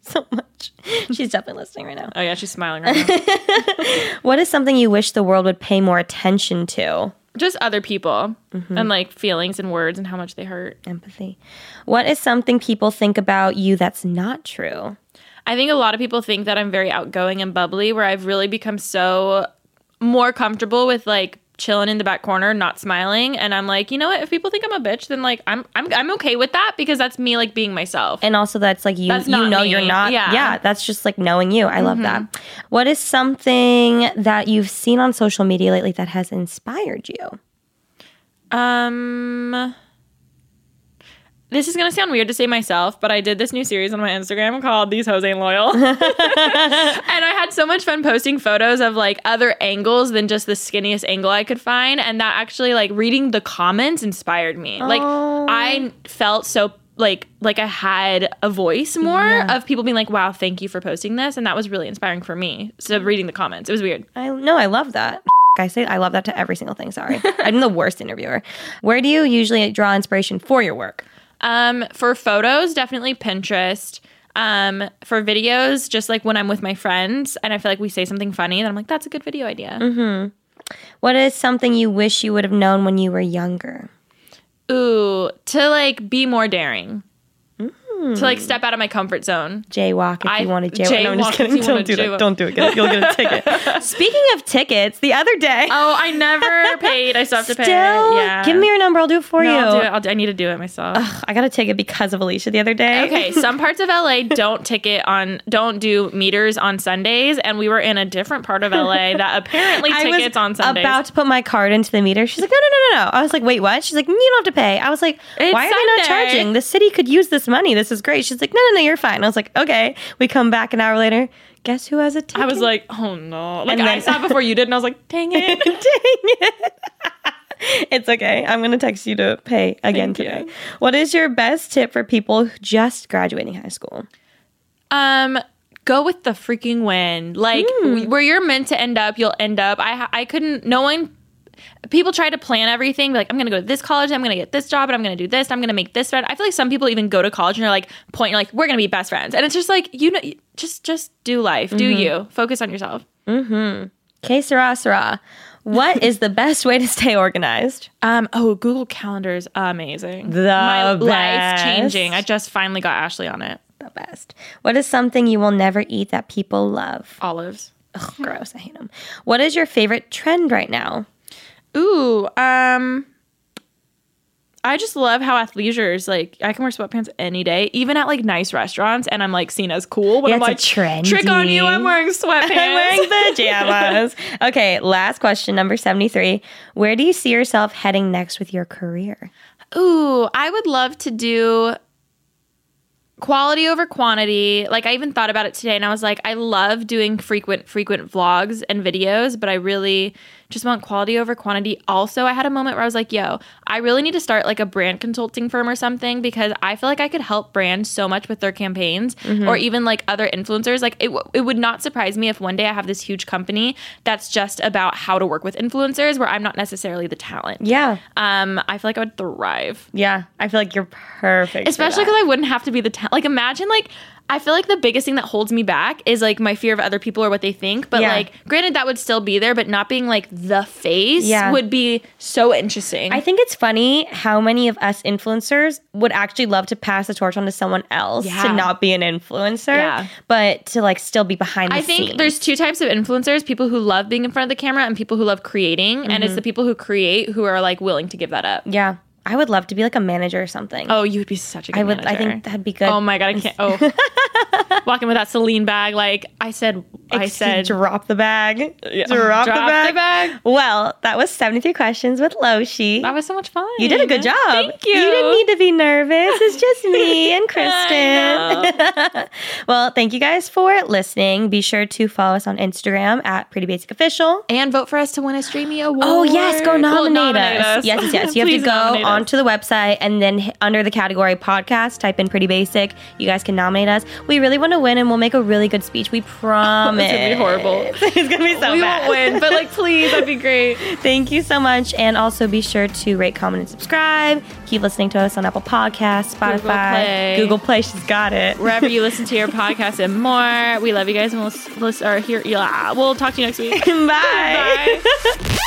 [SPEAKER 3] So much. She's definitely listening right now.
[SPEAKER 2] Oh yeah, she's smiling right now.
[SPEAKER 3] What is something you wish the world would pay more attention to?
[SPEAKER 2] Just other people and like feelings and words and how much they hurt.
[SPEAKER 3] Empathy. What is something people think about you that's not true?
[SPEAKER 2] I think a lot of people think that I'm very outgoing and bubbly, where I've really become so more comfortable with like chilling in the back corner, not smiling. And I'm like, you know what? If people think I'm a bitch, then like I'm I'm I'm okay with that because that's me like being myself.
[SPEAKER 3] And also, that's like you,
[SPEAKER 2] That's
[SPEAKER 3] you
[SPEAKER 2] not
[SPEAKER 3] know
[SPEAKER 2] me.
[SPEAKER 3] you're not.
[SPEAKER 2] Yeah. Mm-hmm.
[SPEAKER 3] that's just like knowing you. I love that. What is something that you've seen on social media lately that has inspired you?
[SPEAKER 2] Um This is gonna sound weird to say myself, but I did this new series on my Instagram called These Hoes Ain't Loyal. and I had so much fun posting photos of like other angles than just the skinniest angle I could find. And that actually like reading the comments inspired me. Like I felt so like like I had a voice more of people being like, Wow, thank you for posting this. And that was really inspiring for me. So reading the comments. It was weird.
[SPEAKER 3] I no, I love that. I say I love that to every single thing.
[SPEAKER 2] (laughs)
[SPEAKER 3] Sorry, I'm the worst interviewer. Where do you usually draw inspiration for your work?
[SPEAKER 2] Um, for photos, definitely Pinterest. Um, for videos, just like when I'm with my friends and I feel like we say something funny, then I'm like, that's a good video idea.
[SPEAKER 3] Mm-hmm. What is something you wish you would have known when you were younger? Mm.
[SPEAKER 2] Ooh, to like be more daring. to like step out of my comfort zone.
[SPEAKER 3] jaywalk if
[SPEAKER 2] I-
[SPEAKER 3] you want to jaywalk. No, I'm
[SPEAKER 2] jaywalk
[SPEAKER 3] just
[SPEAKER 2] if
[SPEAKER 3] kidding.
[SPEAKER 2] you wanna
[SPEAKER 3] Don't do
[SPEAKER 2] jaywalk.
[SPEAKER 3] that. Don't do it. Get it. You'll get a
[SPEAKER 2] (laughs)
[SPEAKER 3] ticket. Speaking of tickets, the other day,
[SPEAKER 2] Oh,
[SPEAKER 3] (laughs)
[SPEAKER 2] I never paid. I still have to pay.
[SPEAKER 3] still, give me your number. I'll do it for
[SPEAKER 2] No,
[SPEAKER 3] you.
[SPEAKER 2] I'll do it. I'll do- I need to do it myself.
[SPEAKER 3] I got a ticket because of Alicia the other day.
[SPEAKER 2] Okay, some parts of LA don't ticket on don't do meters on Sundays, and we were in a different part of
[SPEAKER 3] (laughs)
[SPEAKER 2] LA that apparently
[SPEAKER 3] I was
[SPEAKER 2] tickets on Sundays.
[SPEAKER 3] about to put my card into the meter. She's like, no, no, no, no, no. I was like, wait, what? She's like, you don't have to pay. I was like,
[SPEAKER 2] It's
[SPEAKER 3] why are they not
[SPEAKER 2] Sunday.
[SPEAKER 3] charging? The city could use this money. This is great. She's like, no, no, no, you're fine. I was like, okay. We come back an hour later. Guess who has a ticket?
[SPEAKER 2] I was like, oh no! Like
[SPEAKER 3] And
[SPEAKER 2] I
[SPEAKER 3] then-
[SPEAKER 2] saw before you did, and I was like, dang it!
[SPEAKER 3] (laughs) Dang it. It's okay. I'm going to text you to pay again today. What is your best tip for people just graduating high school?
[SPEAKER 2] (laughs) Um, go with the freaking wind. Like where you're meant to end up, you'll end up. I I couldn't. No one. People try to plan everything. Like I'm gonna go to this college. I'm gonna get this job, and I'm gonna do this. I'm gonna make this friend. I feel like some people even go to college and they're like, point. You're like, we're gonna be best friends, and it's just like you know, just just do life. Do you focus on yourself?
[SPEAKER 3] Okay, Sarah, Sarah. What is the best way to stay organized?
[SPEAKER 2] Um. Oh, Google Calendar is amazing.
[SPEAKER 3] The
[SPEAKER 2] My life
[SPEAKER 3] best.
[SPEAKER 2] changing. I just finally got Ashley on it.
[SPEAKER 3] The best. What is something you will never eat that people love?
[SPEAKER 2] Olives.
[SPEAKER 3] Ugh, gross. I hate them. What is your favorite trend right now?
[SPEAKER 2] Ooh, um I just love how athleisure is like I can wear sweatpants any day, even at like nice restaurants, and I'm like seen as cool. When
[SPEAKER 3] Yeah,
[SPEAKER 2] I'm like
[SPEAKER 3] it's a
[SPEAKER 2] trick on you,
[SPEAKER 3] trendy.
[SPEAKER 2] I'm
[SPEAKER 3] (laughs)
[SPEAKER 2] wearing sweatpants.
[SPEAKER 3] I'm wearing the (laughs) pajamas. okay, last question, number 73. Where do you see yourself heading next with your career?
[SPEAKER 2] Ooh, I would love to do quality over quantity. Like I even thought about it today and I was like, I love doing frequent frequent vlogs and videos, but I really just want quality over quantity. Also, I had a moment where I was like, yo, I really need to start like a brand consulting firm or something because I feel like I could help brands so much with their campaigns or even like other influencers. Like it, w- it would not surprise me if one day I have this huge company that's just about how to work with influencers where I'm not necessarily the talent.
[SPEAKER 3] Yeah.
[SPEAKER 2] Um, I feel like I would thrive
[SPEAKER 3] Yeah. I feel like you're perfect. for
[SPEAKER 2] especially
[SPEAKER 3] that.
[SPEAKER 2] because I wouldn't have to be the ta- like. Imagine like I feel like the biggest thing that holds me back is like my fear of other people or what they think. But
[SPEAKER 3] Yeah.
[SPEAKER 2] like, granted, that would still be there, but not being like the face
[SPEAKER 3] Yeah.
[SPEAKER 2] would be so interesting.
[SPEAKER 3] I think it's funny how many of us influencers would actually love to pass the torch on to someone else
[SPEAKER 2] Yeah.
[SPEAKER 3] to not be an influencer,
[SPEAKER 2] Yeah.
[SPEAKER 3] but to like still be behind the
[SPEAKER 2] I think
[SPEAKER 3] scenes.
[SPEAKER 2] there's two types of influencers: people who love being in front of the camera and people who love creating. And it's Mm-hmm. the people who create who are like willing to give that up.
[SPEAKER 3] Yeah. I would love to be like a manager or something.
[SPEAKER 2] Oh, you would be such a good
[SPEAKER 3] I would I
[SPEAKER 2] manager.
[SPEAKER 3] think that'd be good.
[SPEAKER 2] Oh my god, I can't. Oh, (laughs) walking with that Celine bag, like I said,
[SPEAKER 3] (laughs)
[SPEAKER 2] I
[SPEAKER 3] Excuse-
[SPEAKER 2] said,
[SPEAKER 3] drop the
[SPEAKER 2] (laughs)
[SPEAKER 3] bag. Drop, the
[SPEAKER 2] Drop the
[SPEAKER 3] bag.
[SPEAKER 2] bag.
[SPEAKER 3] Well, that was 73 questions with Loshi.
[SPEAKER 2] that was so much fun.
[SPEAKER 3] you did a good job.
[SPEAKER 2] Thank you.
[SPEAKER 3] You didn't need to be nervous. It's just
[SPEAKER 2] (laughs)
[SPEAKER 3] me and
[SPEAKER 2] I know.
[SPEAKER 3] Kristen. (laughs) well, thank you guys for listening. Be sure to follow us on Instagram at Pretty Basic Official.
[SPEAKER 2] and vote for us to win a Streamy Award.
[SPEAKER 3] Oh yes, go
[SPEAKER 2] Well,
[SPEAKER 3] nominate,
[SPEAKER 2] nominate
[SPEAKER 3] us.
[SPEAKER 2] (laughs)
[SPEAKER 3] Yes, yes, yes. You have
[SPEAKER 2] Please
[SPEAKER 3] to go
[SPEAKER 2] nominate us.
[SPEAKER 3] onto the website and then hit- under the category podcast, type in Pretty Basic. You guys can nominate us. We really want to win, and we'll make a really good speech. We promise.
[SPEAKER 2] (laughs) It's gonna be horrible.
[SPEAKER 3] (laughs) it's gonna be so
[SPEAKER 2] we
[SPEAKER 3] bad.
[SPEAKER 2] won't win, but like, please, that'd be great.
[SPEAKER 3] (laughs) Thank you so much. And also be sure to rate, comment, and subscribe. Keep listening to us on Apple Podcasts, Spotify,
[SPEAKER 2] Google Play.
[SPEAKER 3] Google Play. She's got it. (laughs)
[SPEAKER 2] Wherever you listen to your podcast
[SPEAKER 3] (laughs)
[SPEAKER 2] and more, we love you guys, and we'll s- listen or hear. Yeah, we'll talk to you next week.
[SPEAKER 3] Bye.
[SPEAKER 2] Bye.